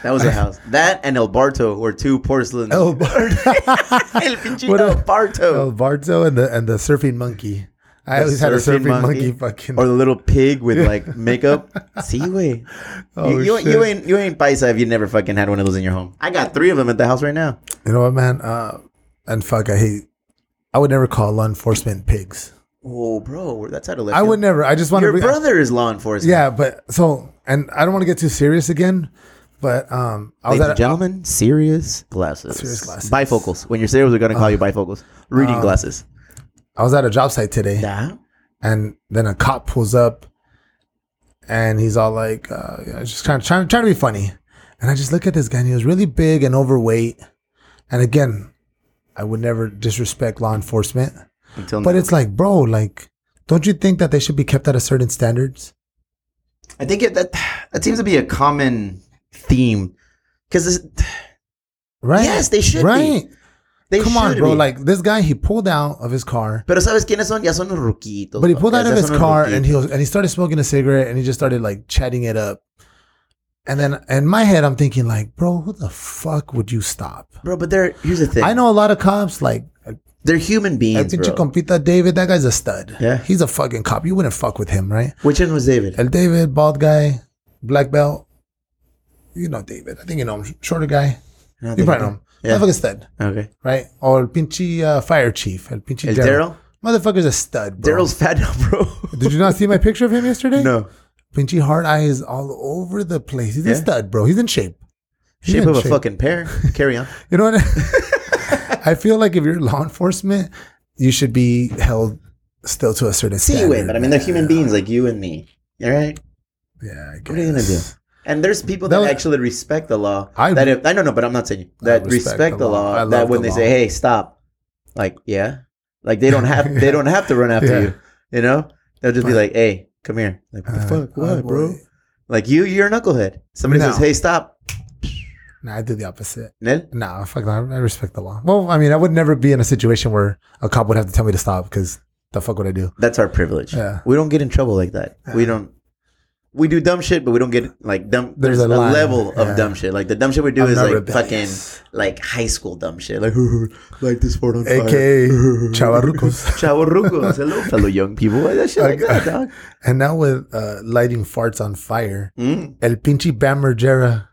B: That was a house. That and El Barto were two porcelain.
A: El Bardo.
B: El pinchito
A: What
B: El
A: else? El
B: Barto.
A: Bardo and the and the surfing monkey. I
B: The
A: always had a
B: surfing
A: surfing monkey,
B: monkey?
A: fucking
B: Or the little pig with like makeup. See, way.
A: Oh,
B: you, you,
A: shit.
B: you ain't you ain't paisa if you never fucking had one of those in your home. I got three of them at the house right now.
A: You know what, man? Uh, and fuck, I hate. I would never call law enforcement pigs.
B: Oh, bro, that's out of left.
A: I
B: field.
A: would never. I just want to.
B: Your
A: Bring,
B: brother is law enforcement.
A: yeah, but so and I don't want to get too serious again, but um, I was
B: Ladies
A: at.
B: and gentlemen, serious glasses.
A: Serious glasses. Uh,
B: Bifocals. When you're serious, we're gonna call you bifocals. Reading glasses.
A: I was at a job site today,
B: Yeah.
A: and then a cop pulls up, and he's all like, uh, you know, just trying, trying, trying to be funny, and I just look at this guy, and he was really big and overweight, and again, I would never disrespect law enforcement,
B: Until
A: but
B: now.
A: it's like, bro, like, don't you think that they should be kept at a certain standards?
B: I think it, that that seems to be a common theme because
A: Right.
B: Yes, they should be.
A: Right.
B: they
A: Come on,
B: should
A: bro.
B: be.
A: Like this guy, he pulled out of his car,
B: pero sabes quiénes son? Ya son los ruquitos.
A: but he pulled
B: papi.
A: out of
B: Ya
A: his
B: son los
A: car and he
B: ruquitos.
A: was, and he started smoking a cigarette and he just started like chatting it up. And then in my head, I'm thinking like, bro, who the fuck would you stop?
B: bro. But they're here's the thing.
A: I know a lot of cops like.
B: they're human
A: I
B: beings,
A: think you
B: bro.
A: compita David. That guy's a stud.
B: Yeah.
A: he's a fucking cop. You wouldn't fuck with him, right?
B: Which one was David?
A: El David, bald guy, black belt. You know David. I think you know him. Shorter guy.
B: No,
A: You
B: David.
A: probably know him.
B: Yeah.
A: Motherfucker's stud,
B: Okay.
A: right? Or el pinche uh, fire chief. El pinche
B: El
A: Daryl.
B: Daryl.
A: Motherfucker's a stud, bro.
B: Daryl's fat now, bro.
A: Did you not see my picture of him yesterday?
B: no
A: Pinchy Hard Eye is all over the place. He's a
B: Yeah.
A: stud, bro. He's in shape. He's
B: shape
A: in
B: of a fucking pear. Carry on.
A: You know what? I- I feel like if you're law enforcement, you should be held still to a certain
B: See,
A: standard.
B: wait, but I mean they're human beings like you and me. All right.
A: Yeah, I guess.
B: What are you gonna do? And there's people
A: That
B: that,
A: was-
B: actually respect the law.
A: I-
B: that if, I don't know, but I'm not saying you. that respect, the law.
A: I
B: that
A: love
B: when
A: the
B: they
A: law.
B: say, "Hey, stop," like yeah, like they don't have they don't have to run after
A: Yeah.
B: you. You know, they'll just be like, "Hey, come here." Like what the
A: Uh,
B: fuck,
A: oh,
B: what, bro?
A: boy.
B: Like you, you're a knucklehead. Somebody
A: No.
B: says, "Hey, stop,"
A: Nah, I do the opposite.
B: Nel.
A: Nah, fuck that. I respect the law. Well, I mean, I would never be in a situation where a cop would have to tell me to stop because the fuck would I do?
B: That's our privilege.
A: Yeah.
B: We don't get in trouble like that. We don't. We do dumb shit, but we don't get like dumb.
A: There's
B: There's,
A: a
B: a,
A: line.
B: level of
A: Yeah.
B: dumb shit. Like the dumb shit we do
A: I'm
B: is
A: not
B: like
A: rebellious.
B: fucking like high school dumb shit. Like like this sport on fire.
A: AKA Chavarrucos.
B: Chavo Rucos. Hello, fellow young people. Why that shit like that, dog?
A: And now with uh, lighting farts on fire,
B: Mm.
A: El Pinche Bam Margera.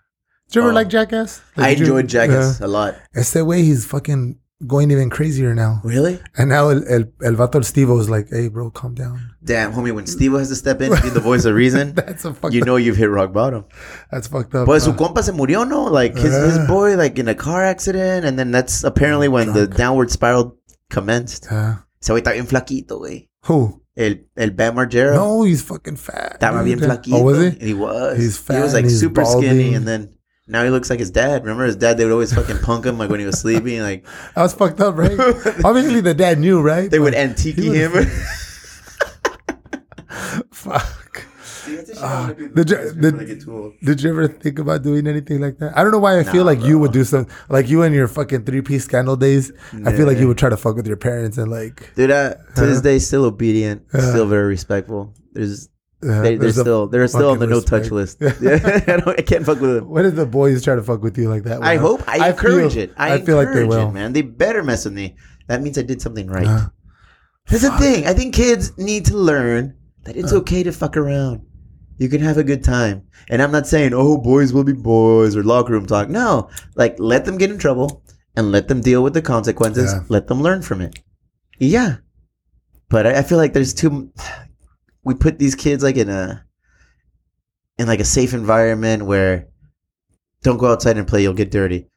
A: Did you ever
B: Oh.
A: like Jackass? Like,
B: I
A: did you-
B: enjoyed Jackass a lot.
A: Yeah. It's the way he's fucking going even crazier now.
B: Really?
A: And now El, El, El Vato El Stevo is like, hey, bro, calm down.
B: Damn, homie, when Steve has to step in and be the voice of reason,
A: That's a fucked
B: you
A: up.
B: know you've hit rock bottom.
A: That's fucked up.
B: But su
A: uh,
B: compa se murió, no? Like his,
A: Uh-huh.
B: his boy, like in a car accident, and then that's apparently when the downward spiral commenced.
A: yeah.
B: Se güey está bien flaquito, güey.
A: Who?
B: El, el Bam Margera.
A: No, he's fucking fat.
B: Estaba bien
A: dude.
B: flaquito.
A: Oh, was he?
B: He was.
A: He's fat
B: He was like
A: and he's
B: super
A: balding.
B: skinny, and then now he looks like his dad. Remember his dad? They would always fucking punk him, like when he was sleeping. Like
A: That was fucked up, right? Obviously, the dad knew, right?
B: they would
A: But
B: antique
A: he
B: him.
A: would've- Fuck.
C: See, that's a shit
A: Ah,
C: I wanna be
A: the,
C: the
A: Ja-
C: first
A: the,
B: when I get too old.
A: Did you ever think about doing anything like that? I don't know why I feel
B: Nah,
A: like you
B: bro.
A: would do something like you and your fucking three piece scandal days. I feel like you would try to fuck with your parents and like
B: Dude, I, to this day, still obedient, still very respectful. There's,
A: uh,
B: they, they're
A: there's a
B: still, they're still on the
A: fucking
B: no touch list.
A: respect.
B: Yeah, I, don't, I can't fuck with them.
A: What if the boys try to fuck with you like that?
B: I
A: Juan?
B: hope I,
A: feel-
B: encourage it. I,
A: feel like they will.
B: It, man, they better mess with me. That means I did something right.
A: Yeah.
B: That's the thing. I think kids need to learn that it's okay to fuck around. You can have a good time. And I'm not saying, oh, boys will be boys or locker room talk. No, like let them get in trouble and let them deal with the consequences.
A: Yeah.
B: Let them learn from it. Yeah. But I, I feel like there's too, we put these kids like in a, in like a safe environment where don't go outside and play. You'll get dirty.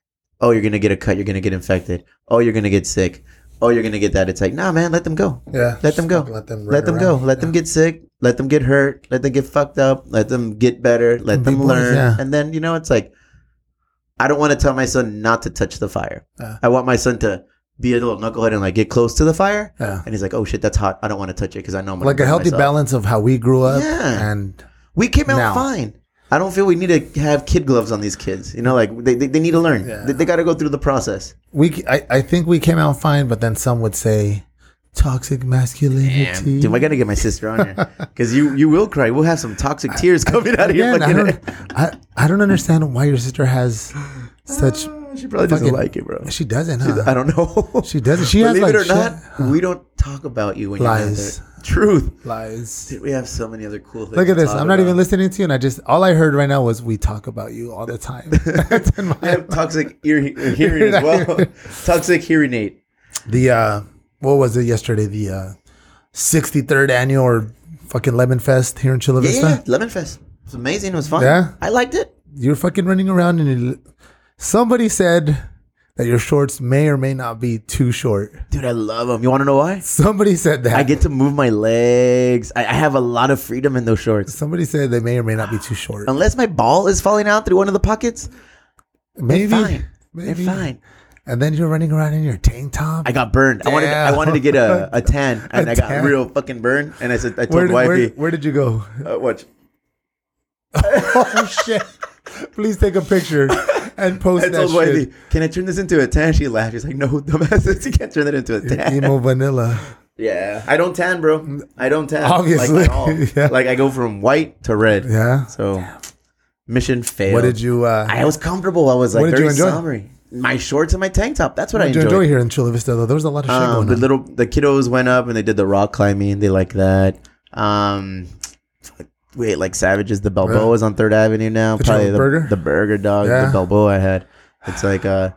B: Oh, you're going to get a cut. You're going to get infected. Oh, you're going to get sick. Oh, you're going to get that. It's like, nah, man, let them go.
A: Yeah.
B: Let them go.
A: Let them.
B: Let them go. Let them get sick. Let them get hurt. Let them get fucked up. Let them get better. Let
A: Be
B: them
A: boys,
B: learn.
A: yeah.
B: And then you know it's like, I don't want to tell my son not to touch the fire.
A: Yeah.
B: I want my son to be a little knucklehead and like get close to the fire.
A: Yeah.
B: And he's like, oh shit, that's hot. I don't want to touch it because I know I'm gonna
A: Like a
B: burn
A: healthy
B: myself."
A: balance of how we grew up
B: Yeah.
A: and
B: We came out
A: now.
B: fine. I don't feel we need to have kid gloves on these kids. You know, like they, they, they need to learn.
A: Yeah.
B: They, they got to go through the process.
A: we. I, I think we came out fine, but then some would say toxic masculinity.
B: Damn, dude, I gotta get my sister on here because you you will cry. We'll have some toxic tears coming out of your
A: Again, I
B: fucking.
A: don't. I, I don't understand why your sister has such.
B: She probably doesn't
A: fucking-
B: like it, bro.
A: She doesn't. Huh?
B: I don't know.
A: She doesn't. She has
B: Believe
A: like
B: it or
A: shit-
B: not, we don't talk about you when
A: Lies.
B: you're not there. Truth.
A: lies.
B: Dude, we have so many other cool things.
A: Look at
B: to
A: this.
B: talk
A: I'm not
B: about.
A: even listening to you, and I just all I heard right now was we talk about you all the time. That's in
B: I
A: my-
B: have toxic ear hearing as well. toxic hearing aid.
A: the uh, what was it yesterday? The uh, 63rd annual or fucking Lemon Fest here in Chula
B: Yeah,
A: Vista.
B: yeah, Lemon Fest. It was amazing. It was fun.
A: Yeah?
B: I liked it.
A: You're fucking running around, and you, somebody said that your shorts may or may not be too short.
B: Dude, I love them. You want to know why?
A: Somebody said that.
B: I get to move my legs. I, I have a lot of freedom in those shorts.
A: Somebody said they may or may not be too short.
B: Unless my ball is falling out through one of the pockets,
A: Maybe.
B: fine. They're
A: Maybe.
B: fine.
A: And then you're running around in your tank top.
B: I got burned. I wanted I
A: Damn.
B: wanted to get a, a tan, and
A: A
B: I got
A: tan.
B: real fucking burned. And I said, I told
A: where, did, where,
B: wifey,
A: where did you go?
B: uh, watch.
A: oh shit! Please take a picture and post
B: I
A: that
B: told Whitey,
A: shit.
B: can I turn this into a tan? She laughed. She's like, no, dumbasses, you can't turn it into a tan.
A: Emo vanilla.
B: Yeah, I don't tan, bro. I don't tan.
A: Obviously.
B: Like, at all.
A: Yeah.
B: like I go from white to red.
A: Yeah.
B: So mission failed.
A: What did you? Uh,
B: I was comfortable. I was like
A: What did you
B: very
A: enjoy?
B: summery. My shorts and my tank top. That's what I
A: what did you
B: enjoyed.
A: enjoy here in Chula Vista? Though there was a lot of shit
B: Um,
A: going
B: the
A: on.
B: little the kiddos went up and they did the rock climbing. They like that. Um, wait, like Savages, the Balboas on Third Avenue now.
A: Did you
B: Probably
A: have a
B: the
A: burger?
B: the burger dog,
A: Yeah.
B: the Balboa I had. It's like uh,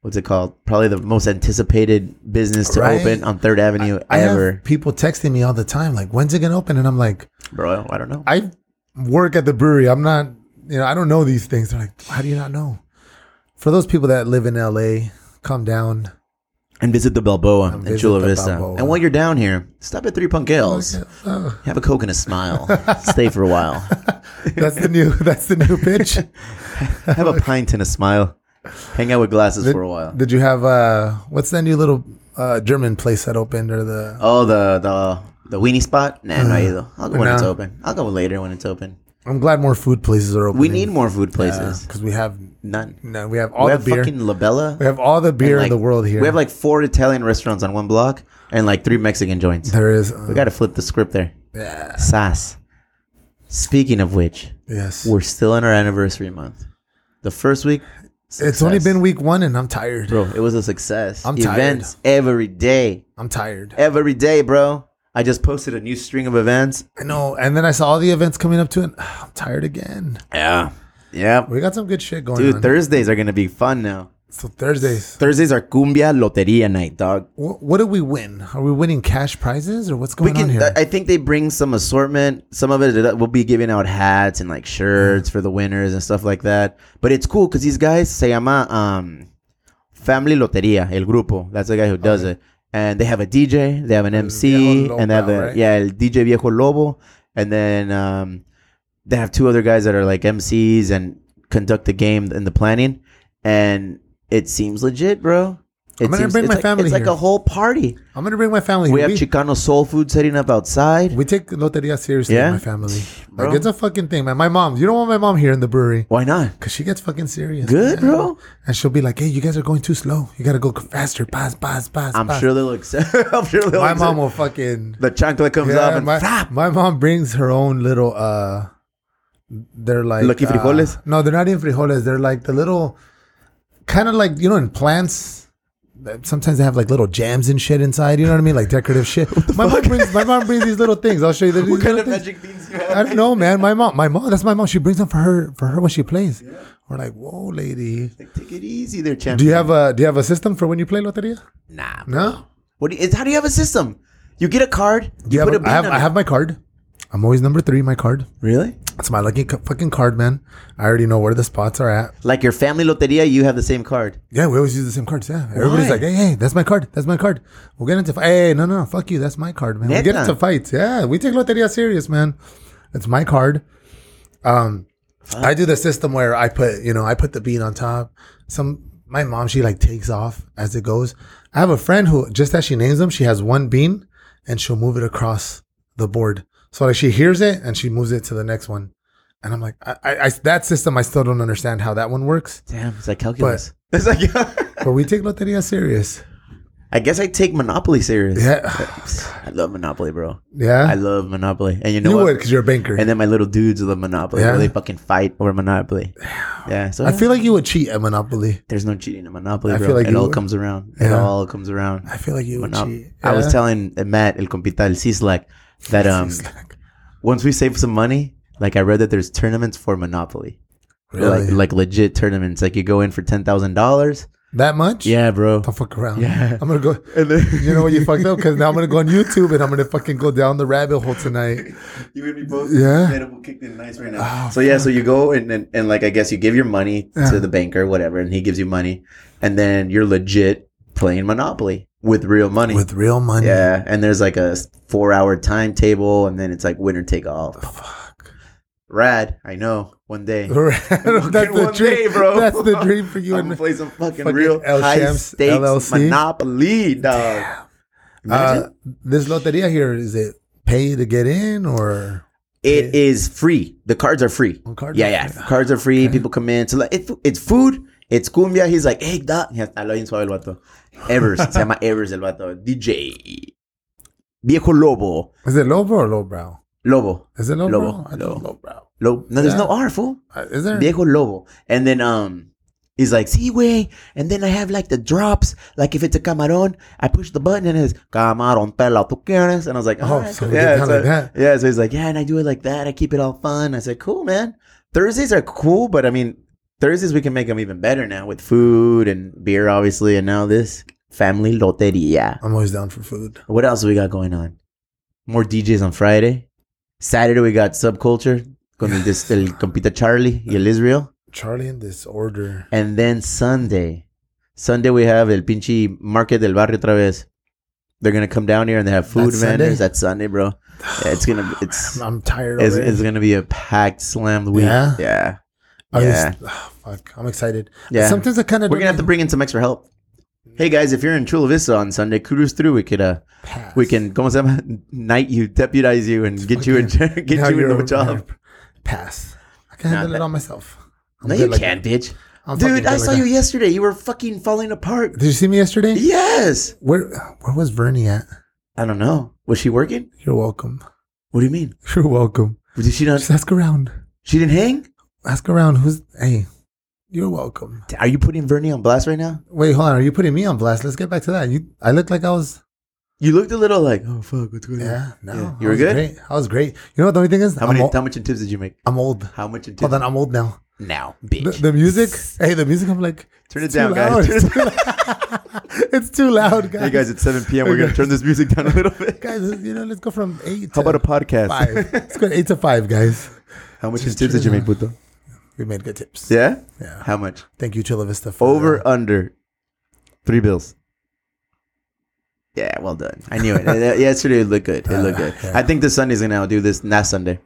B: what's it called? Probably the most anticipated business to
A: Right?
B: open on Third Avenue
A: I
B: ever,
A: have people texting me all the time, like, "When's it gonna open?" And I'm like,
B: bro. I don't know.
A: "I work at the brewery. I'm not, you know, I don't know these things." They're like, "How do you not know?" For those people that live in LA, come down.
B: and visit the Balboa in
A: visit
B: Chula
A: the
B: Vista.
A: Balboa.
B: And while you're down here, stop at Three Punk Ales.
A: Oh.
B: Have a coke and a smile. Stay for a while.
A: That's the new. That's the new pitch.
B: Have a pint and a smile. Hang out with glasses for a while.
A: Did you have uh, what's that new little uh, German place that opened or the?
B: Oh, the the the weenie spot? Nah, no, either. I'll go when it's
A: Uh-huh. No.
B: open. I'll go later when it's open.
A: I'm glad more food places are open.
B: We need more food places.
A: because we have
B: None.
A: no, we have all
B: we
A: the
B: have
A: beer.
B: fucking Labella.
A: we have all the beer
B: like,
A: in the world here.
B: We have like four Italian restaurants on one block and like three Mexican joints.
A: there is. uh,
B: We got to flip the script there. Yeah. Sass. Speaking of which,
A: yes,
B: we're still in our anniversary month. The first week,
A: it's only
B: success.
A: been week one, and I'm tired.
B: bro. It was a success.
A: I'm tired.
B: events every day,
A: I'm tired.
B: every day, bro. I just posted a new string of events.
A: I know. And then I saw all the events coming up to it. I'm tired again.
B: Yeah, yeah.
A: We got some good shit going
B: Dude,
A: on.
B: Thursdays are gonna be fun now.
A: so Thursdays.
B: Thursdays are cumbia loteria night, dog.
A: Wh- what do we win? Are we winning cash prizes or what's
B: We
A: going on
B: can.
A: here?
B: I I think they bring some assortment. Some of it we'll be giving out hats and like shirts for the winners and stuff like that. But it's cool because these guys se llama um, Family Loteria El Grupo. That's the guy who does it. And they have a DJ, they have an MC,
A: Viejo
B: and they have
A: Lobo,
B: a,
A: right?
B: yeah, El DJ Viejo Lobo, and then um, they have two other guys that are like MCs and conduct the game and the planning. And it seems legit, bro. It
A: I'm gonna
B: seems-
A: bring
B: it's
A: my
B: like-
A: family
B: It's like
A: here.
B: a whole party.
A: I'm gonna bring my family.
B: We
A: here.
B: have Chicano soul food setting up outside.
A: we take loteria seriously.
B: Yeah?
A: in my family.
B: Bro.
A: Like it's a fucking thing, man. My mom. You don't want my mom here in the brewery
B: Why not?
A: because she gets fucking serious.
B: Good,
A: man.
B: bro.
A: And she'll be like, "Hey, you guys are going too slow. You gotta go faster. Pass, pass, pass."
B: I'm
A: pass."
B: sure they'll accept. I'm sure they'll
A: my
B: accept.
A: mom will fucking.
B: The chancla comes
A: Yeah,
B: up and
A: my, my mom brings her own little uh they're like
B: Lucky
A: uh,
B: frijoles?
A: no, they're not in frijoles. They're like the little kind of like you know in plants sometimes they have like little jams and shit inside. You know what I mean? Like decorative shit. My mom brings my mom brings these little things. I'll show you. These
B: What kind
A: little
B: of
A: things.
B: magic beans you have?
A: I don't know, man. My mom, my mom. That's my mom. She brings them for her for her when she plays. We're like, whoa, lady.
B: Like, take it easy there, champ.
A: Do you have a Do you have a system for when you play loteria?
B: Nah. bro.
A: No.
B: What do you, it's, how do you have a system? You get a card.
A: Do
B: You
A: you have
B: put
A: a-
B: a bean
A: I have
B: on
A: I
B: it.
A: have my card. I'm always number three. My card.
B: Really?
A: It's my lucky c- fucking card, man. I already know where the spots are at.
B: Like your family loteria, you have the same card.
A: Yeah, we always use the same cards. Yeah, everybody's
B: Why?
A: like, hey, hey, that's my card. That's my card. We'll get into fi- hey, no, no, fuck you. That's my card, man. We get
B: Neta?
A: into fights. Yeah, we take loteria serious, man. That's my card. Um, I do the system where I put, you know, I put the bean on top. Some my mom she like takes off as it goes. I have a friend who just as she names them, she has one bean and she'll move it across the board. So like she hears it and she moves it to the next one. And I'm like, I, I, I that system I still don't understand how that one works.
B: Damn, it's like calculus. it's like
A: But we take loteria serious.
B: I guess I take Monopoly serious.
A: Yeah,
B: I love Monopoly, bro.
A: yeah.
B: I love Monopoly, and you know
A: you
B: what?
A: would because you're a banker.
B: And then my little dudes love Monopoly.
A: Yeah.
B: Where they fucking fight over Monopoly. Yeah. So
A: I feel like you would cheat at Monopoly.
B: there's no cheating in Monopoly,
A: I
B: bro.
A: feel like
B: it
A: you
B: all
A: would.
B: comes around. It
A: Yeah.
B: all comes around.
A: I feel like you would
B: Monop-
A: cheat.
B: I was
A: Yeah.
B: telling uh, Matt El Compita El Cislac that um once we save some money, like I read that there's tournaments for Monopoly.
A: really
B: Like like legit tournaments. Like you go in for ten thousand dollars.
A: that much.
B: Yeah, bro.
A: don't fuck around.
B: Yeah.
A: I'm gonna go.
B: And then
A: You know what you fucked up because now I'm gonna go on YouTube and I'm gonna fucking go down the rabbit hole tonight.
B: you would be both
A: Yeah. Ah,
B: kicked in nice right now. so yeah, so you go and, and and like I guess you give your money to the banker, whatever, and he gives you money, and then you're legit playing Monopoly with real money.
A: With real money.
B: yeah, and there's like a four hour timetable, and then it's like winner take all.
A: Fuck.
B: Rad, I know. One day.
A: That's the
B: one
A: dream,
B: day, bro.
A: That's the dream for you.
B: I'm gonna
A: And,
B: play some fucking,
A: fucking
B: real
A: El
B: high
A: Shams
B: stakes
A: LLC.
B: Monopoly, dog.
A: uh,
B: Imagine.
A: this loteria here is it pay to get in or
B: It is free. The cards are free.
A: Oh, cards
B: yeah,
A: are
B: yeah.
A: free.
B: Cards are free. People come in. So like, it, it's food. It's cumbia. He's like, hey, doc. Yeah, habla bien suave el vato. Evers. Se llama Evers el vato. DJ. Viejo Lobo.
A: is it lowbrow or lowbrow?
B: Lobo.
A: Is it lowbrow?
B: Lobo.
A: I thought
B: Lobo.
A: lowbrow.
B: Lobo. No, there's
A: Yeah.
B: no R, fool.
A: Uh, Is there?
B: Viejo Lobo. And then um he's like, see way, and then I have like the drops. Like if it's a camarón, I push the button and it's camarón pela tu quieres. And I was like,
A: Oh,
B: oh,
A: so we
B: yeah,
A: did that
B: so,
A: like that.
B: yeah. So he's like, yeah, and I do it like that. I keep it all fun. I said, cool, man. Thursdays are cool, but I mean, Thursdays we can make them even better now with food and beer, obviously, and now this family loteria.
A: I'm always down for food.
B: What else we got going on? More DJs on Friday. Saturday we got subculture con el, this, el compita Charlie y el Israel.
A: Charlie in disorder.
B: And then Sunday. Sunday we have El Pinche Market del Barrio otra vez. They're gonna come down here and they have food
A: That's
B: vendors.
A: Sunday?
B: That's Sunday, bro. Yeah, it's gonna be it's
A: I'm tired.
B: it's,
A: already.
B: it's gonna be a packed slammed week.
A: Yeah?
B: Yeah.
A: I
B: Yeah.
A: just- ah, fuck, I'm excited.
B: Yeah.
A: Sometimes I kind of
B: We're gonna have to bring in some extra help. Hey guys, if you're in Chula Vista on Sunday, cruise through. We could uh we can como se llama knight you, deputize you and get you a get you into a job.
A: Pass. I can handle
B: that-
A: it on myself. I'm
B: No,
A: good
B: you
A: like
B: can't,
A: that.
B: bitch.
A: I'm fucking
B: Dude,
A: good
B: I
A: like
B: saw
A: that.
B: you yesterday. You were fucking falling apart.
A: Did you see me yesterday?
B: Yes.
A: Where Where was Vernie at?
B: I don't know. Was she working?
A: You're welcome.
B: What do you mean?
A: You're welcome.
B: Did she not?
A: Just ask around.
B: She didn't hang.
A: Ask around. Who's hey? You're welcome.
B: Are you putting Vernie on blast right now?
A: Wait, hold on. Are you putting me on blast? Let's get back to that. You, I looked like I was.
B: You looked a little like, oh fuck, what's going on?
A: Yeah, no,
B: Yeah.
A: I
B: You were
A: was
B: good?
A: Great. I was great. You know what the only thing is?
B: How
A: I'm,
B: many?
A: ol-
B: How much in tips did you make?
A: I'm old.
B: How much in tips?
A: Hold on, I'm old now.
B: now, bitch.
A: The, the music, hey, the music. I'm like,
B: Turn it
A: it's
B: down,
A: too
B: guys.
A: loud.
B: Turn it down.
A: it's too loud, guys.
B: hey guys, it's 7 p.m. We're gonna turn this music down a little bit.
A: guys, you know, let's go from eight.
B: How
A: to
B: about a podcast?
A: five? let's go eight to five, guys.
B: How much in
A: Just
B: tips
A: turn
B: did
A: it
B: you make, puto?
A: We made good tips.
B: Yeah.
A: Yeah. Uh,
B: How much?
A: Thank you, Chula Vista. For
B: Over under. Three bills. Yeah, well done. I knew it. Uh, Yesterday it looked good. It looked good.
A: Uh, yeah.
B: I think this Sunday's gonna outdo this. Not Sunday.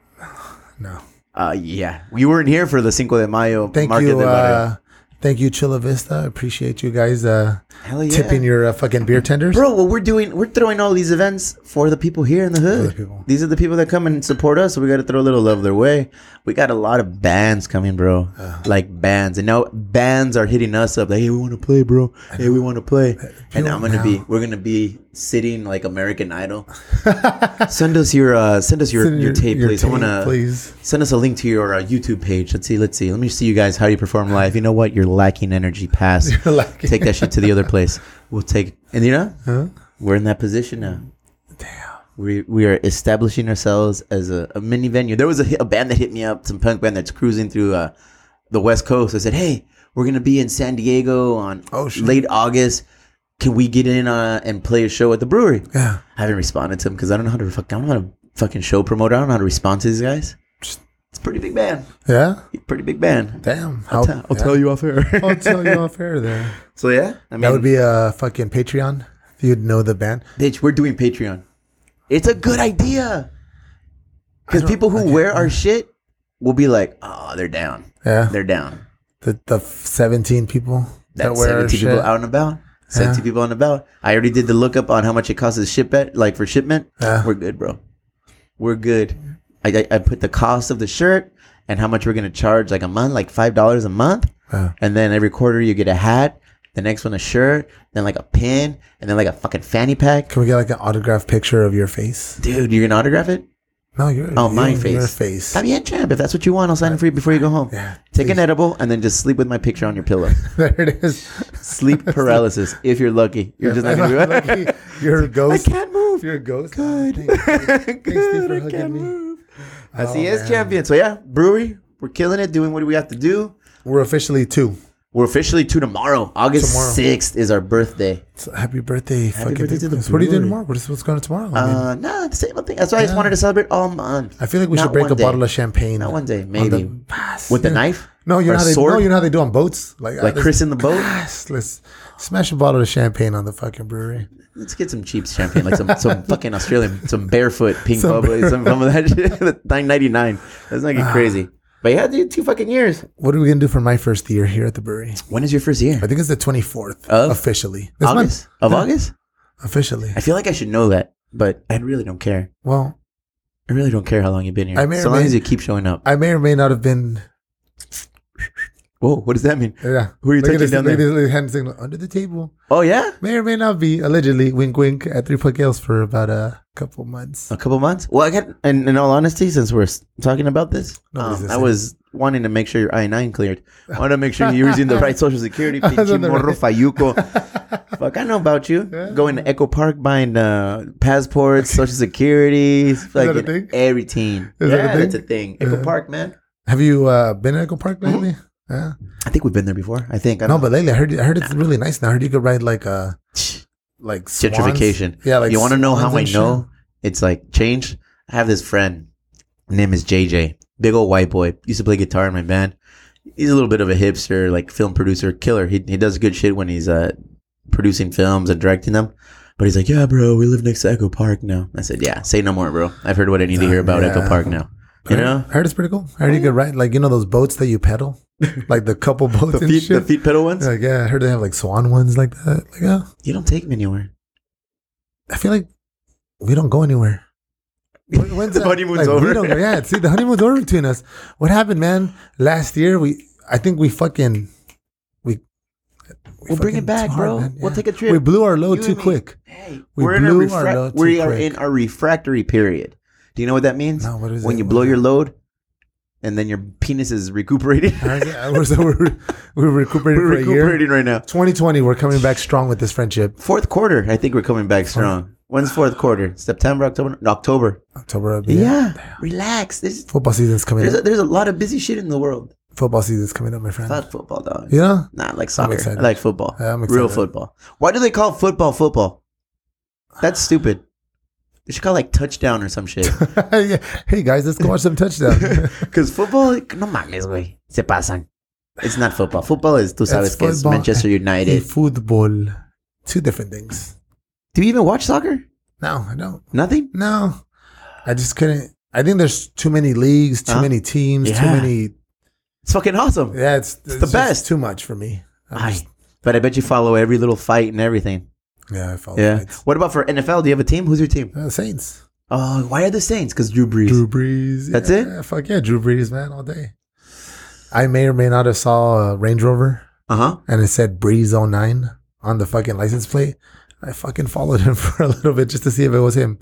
A: no.
B: Uh, yeah. You weren't here for the Cinco de Mayo
A: Thank
B: market.
A: you.
B: del Barrio.
A: Uh, thank you, Chula Vista. I Appreciate you guys uh,
B: Hell yeah.
A: tipping your uh, fucking beer tenders.
B: Bro, what we're doing, we're throwing all these events for the people here in the
A: the
B: hood.
A: people.
B: These are the people that come and support us, so we got to throw a little love their way. We got a lot of bands coming, bro.
A: Uh-huh.
B: like bands. And now bands are hitting us up like, "Hey, we want to play, bro. Hey, we want to play." And I'm going to be we're going to be sitting like American Idol. send us your uh, send us your,
A: Send
B: your, tape, please. I
A: tape,
B: wanna
A: please.
B: send us a link to your uh, YouTube page. Let's see, let's see. Let me see you guys how you perform live. You know what? You're lacking energy. Pass.
A: You're lacking-
B: Take that shit to the other place. We'll take. And you know,
A: Huh?
B: we're in that position now. Damn. We, we are establishing ourselves as a, a mini venue. There was a, hit- a band that hit me up, some punk band that's cruising through uh, the West Coast. I said, "Hey, we're gonna be in San Diego on
A: Oh, shit.
B: late August. Can we get in uh, and play a show at the brewery?"
A: Yeah.
B: I haven't responded to him because I don't know how to fuck. I don't know how to fucking show promoter. I don't know how to respond to these guys. It's a pretty big band.
A: Yeah.
B: Pretty big band.
A: Damn.
B: I'll, i I'll
A: yeah.
B: tell you off air.
A: I'll tell you off air there.
B: so yeah, I mean,
A: That would be a fucking Patreon. If you'd know the band.
B: bitch, we're doing Patreon. It's a good idea because people who wear our shit will be like, oh, they're down.
A: Yeah.
B: They're down.
A: The the seventeen people that,
B: That's
A: wear our
B: 70
A: shit.
B: people out and about. 70 people on the ballot. I already did the lookup on how much it costs to ship at, like for shipment.
A: Yeah.
B: We're good, bro. We're good. I, I, I put the cost of the shirt and how much we're going to charge like a month, like $5 a month.
A: Yeah.
B: And then every quarter you get a hat, the next one a shirt, then like a pin, and then like a fucking fanny pack.
A: Can we get like an autograph picture of your face?
B: Dude, you're going to autograph it?
A: No, your
B: Oh, my
A: you- Your
B: face.
A: face.
B: Stop yeah, champ. If that's what you want, I'll sign it for you before you go home.
A: Yeah,
B: Take an
A: please.
B: edible and then just sleep with my picture on your pillow.
A: there it is.
B: sleep paralysis if you're lucky. You're just not
A: Am
B: going
A: I
B: to do it.
A: lucky? You're a ghost.
B: move.
A: You're a ghost. Good. Thanks, Steve, for hugging me.
B: As
A: Oh,
B: he is
A: man.
B: champion. So yeah, brewery, we're killing it, doing what we have to do.
A: We're officially two.
B: We're officially to tomorrow. August
A: Tomorrow.
B: sixth is our birthday.
A: So happy birthday, fucking
B: birthday
A: big
B: to the
A: Prince. What are you doing
B: brewery.
A: tomorrow? What is, what's going on tomorrow? I, mean,
B: Uh, nah, the same old thing. That's why I just wanted to celebrate all month.
A: I feel like we should
B: not
A: break
B: one
A: a
B: day.
A: bottle of champagne.
B: Not one day,
A: on
B: maybe.
A: Pass.
B: with the
A: Yeah.
B: knife.
A: No, you
B: Or
A: know
B: a
A: how they
B: sword?
A: no, you know how they do on boats. Like,
B: Like
A: uh,
B: Chris in the boat.
A: let's, let's smash a bottle of champagne on the fucking brewery.
B: Let's get some cheap champagne, like some, some fucking Australian, some barefoot pink
A: Some
B: bubbly, some some of that shit. Nine ninety nine. That's not
A: Ah.
B: get crazy. But yeah, dude, two fucking years.
A: What are we gonna do for my first year here at the brewery?
B: When is your first year?
A: I think it's the twenty fourth
B: Of?
A: officially. This month.
B: August of
A: Yeah,
B: August.
A: officially.
B: I feel like I should know that, but I really don't care.
A: Well,
B: I really don't care how long you've been here.
A: I may or
B: so long
A: may-
B: as you keep showing up.
A: I may or may not have been.
B: Whoa, what does that mean?
A: Yeah.
B: Who are you
A: Look at
B: touching
A: this,
B: down
A: look at
B: there?
A: this little hand signal under the table.
B: Oh yeah,
A: May or may not be allegedly wink wink at three point gales for about a couple months.
B: a couple months. Well, I got. And in all honesty, since we're s- talking about this,
A: Nobody's
B: um, I
A: listening.
B: was wanting to make sure your I nine cleared. I wanted to make sure you were using the right social security.
A: I was
B: pinche
A: on the
B: morro
A: right.
B: falluco. Fuck, I know about you. Going to Echo Park, buying uh, passports, social security,
A: that a
B: fucking
A: thing?
B: everything.
A: Is
B: yeah,
A: that a
B: that's a
A: thing?
B: thing. Echo
A: Yeah.
B: Park, man.
A: Have you uh, been at Echo
B: Mm-hmm.
A: Park lately? Yeah.
B: I think we've been there before. I think. I
A: No,
B: don't
A: but lately I heard I heard it's really nice now. I heard you could ride like uh like swans.
B: gentrification.
A: Yeah, like
B: you want to know how I
A: swans and
B: know it's like changed? I have this friend, name is JJ, big old white boy. Used to play guitar in my band. He's a little bit of a hipster, like film producer, killer. He he does good shit when he's uh producing films and directing them. But he's like, yeah, bro, we live next to Echo Park now. I said, yeah, say no more, bro. I've heard what I need to hear about Echo
A: Yeah.
B: Park now.
A: I
B: You
A: heard-
B: know,
A: I heard it's pretty cool. I heard you could ride like you know those boats that you pedal, like the couple boats
B: the
A: and
B: feet, the
A: shit.
B: feet pedal ones.
A: Like, yeah, I heard they have like swan ones like that. Like, yeah,
B: You don't take them anywhere.
A: I feel like we don't go anywhere. When- When's
B: The
A: that-
B: honeymoon's
A: like, we
B: over.
A: don't go- yeah, see, the honeymoon's over between us. What happened, man? Last year, we I think we fucking we. we
B: We'll bring
A: fucking-
B: it back,
A: it's hard,
B: bro.
A: man.
B: We'll
A: Yeah.
B: take a trip.
A: We blew our load
B: You
A: too
B: and me.
A: quick.
B: Hey,
A: We
B: we are in a
A: blew our
B: refra-
A: load
B: we
A: too
B: are
A: quick.
B: in a refractory period. Do you know what that means?
A: No, what is
B: when
A: it?
B: you
A: What
B: blow
A: is
B: your
A: it?
B: load, and then your penis is recuperating.
A: I was- I was- we're, we're recuperating
B: We're
A: for a year.
B: recuperating right now.
A: 2020, we're coming back strong with this friendship.
B: Fourth quarter, I think we're coming back strong. When's fourth quarter? September, October, No, October.
A: October, will be
B: Yeah,
A: it.
B: relax. There's
A: Football season's coming
B: there's a,
A: up.
B: there's a lot of busy shit in the world.
A: Football season's coming up, my friend.
B: Fuck football, dog.
A: You know?
B: Not like soccer. I
A: excited.
B: like football.
A: Yeah, I'm
B: Real
A: excited.
B: football. Why do they call football football? That's stupid. They should call it, like touchdown or some shit.
A: yeah. Hey guys, let's go watch some touchdown.
B: Because football, no mames, güey. Se pasan. It's not football. Football is, tú sabes que es
A: football.
B: Manchester
A: hey,
B: United.
A: football. Two different things.
B: Do you even watch soccer?
A: No, I don't.
B: Nothing?
A: No. I just couldn't. I think there's too many leagues, too
B: Huh?
A: many teams, too
B: Yeah.
A: many.
B: It's fucking awesome.
A: Yeah, it's,
B: the
A: just
B: best.
A: Too much for me. I'm
B: Ay,
A: just-
B: but I bet you follow every little fight and everything.
A: yeah, I follow.
B: Yeah.
A: It's,
B: What about for NFL? Do you have a team? Who's your team?
A: uh, Saints.
B: Oh, why are the Saints? Because Drew Brees.
A: Drew Brees.
B: That's
A: yeah,
B: it?
A: yeah, fuck yeah, Drew Brees, man, all day. I may or may not have saw a Range Rover
B: Uh huh.
A: oh and it said Breeze 09 on the fucking license plate. I fucking followed him for a little bit just to see if it was him.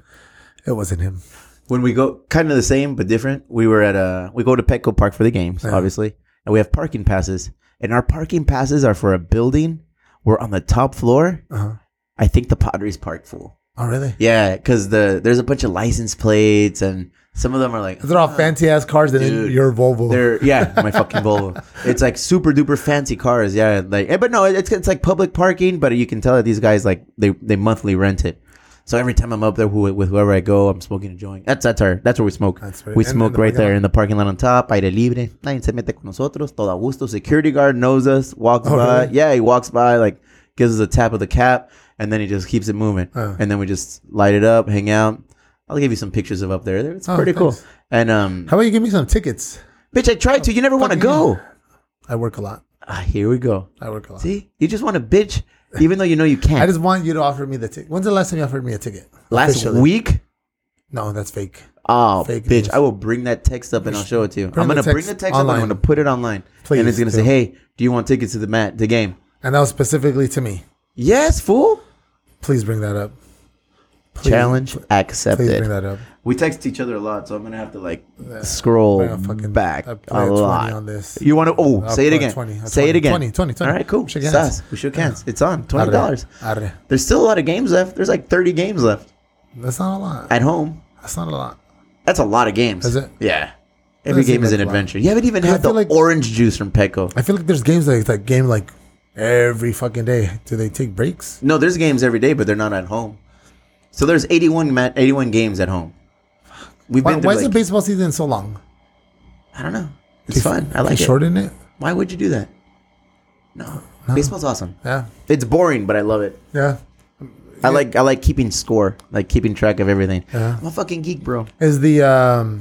A: It wasn't him.
B: when we go kind of the same but different we were at a we go to petco park for the games
A: Yeah.
B: obviously and we have parking passes and our parking passes are for a building we're on the top floor
A: Uh-huh.
B: i think the padres park full
A: Oh, really?
B: yeah because the there's a bunch of license plates and some of them are like
A: They're all fancy ass cars and then
B: Dude.
A: your Volvo.
B: They're yeah, my fucking Volvo. It's like super duper fancy cars. Yeah, like eh, but no, it's it's like public parking, but you can tell that these guys like they they monthly rent it. So every time I'm up there who, with whoever I go, I'm smoking a joint. That's that's our that's where we smoke.
A: That's right.
B: we
A: And-
B: smoke
A: and the
B: right
A: parking
B: there
A: lot.
B: in the parking lot on top. Aire libre. Nadie se mete con nosotros. Todo a gusto. Security guard knows us. Walks
A: Oh,
B: by.
A: really?
B: Yeah, he walks by. Like gives us a tap of the cap, and then he just keeps it moving.
A: Uh.
B: And then we just light it up, hang out. I'll give you some pictures of up there. It's
A: Oh,
B: pretty cool.
A: thanks.
B: And um,
A: How about you give me some tickets?
B: bitch, I tried to. You never want to
A: fucking-
B: go.
A: I work a lot.
B: Ah, here we go.
A: I work a lot.
B: See, you just want to bitch, even though you know you can't.
A: I just want you to offer me the ticket. When's the last time you offered me a ticket?
B: Last
A: Officially.
B: week,
A: No, that's fake.
B: oh
A: Fake
B: bitch,
A: news.
B: I will bring that text up and I'll show it to you.
A: Bring
B: I'm
A: the
B: gonna bring
A: text
B: the text up.
A: online.
B: and I'm gonna put it online,
A: Please
B: and it's gonna
A: do.
B: say, "Hey, do you want tickets to the mat the game?"
A: And that was specifically to me.
B: Yes, fool.
A: Please bring that up. Please-
B: Challenge
A: Please bring
B: accepted.
A: that up.
B: We text each other a lot, so I'm gonna have to like scroll
A: Bring a fucking-
B: back
A: I put
B: a
A: a 20
B: lot.
A: on this.
B: You want to? Oh,
A: I'll
B: say it
A: put a
B: again.
A: 20, a
B: say
A: 20,
B: it again.
A: 20, 20.
B: All right, cool.
A: Shake
B: Shake
A: hands.
B: hands. We shook hands. It's on. Twenty
A: Arre.
B: dollars.
A: Arre.
B: There's still a lot of games left. There's like 30 games left
A: That's not a lot.
B: at home.
A: That's not a lot.
B: That's a lot of games.
A: Is it?
B: Yeah. Every
A: Doesn't
B: game is
A: seem like
B: an
A: a lot.
B: adventure. You haven't even
A: I
B: had the
A: feel like-
B: orange juice from Petco.
A: I feel like there's games like that game like every fucking day. Do they take breaks?
B: No, there's games every day, but they're not at home. So there's 81 ma 81 games at home. We've
A: Why,
B: been to
A: why is
B: like,
A: the baseball season so long?
B: I don't know. It's fun. I like it.
A: Shorten it.
B: Why would you do that? No. Baseball's awesome.
A: Yeah.
B: It's boring, but I love it.
A: Yeah.
B: I like I like keeping score, like keeping track of everything.
A: Yeah.
B: I'm a fucking geek, bro.
A: Is the um,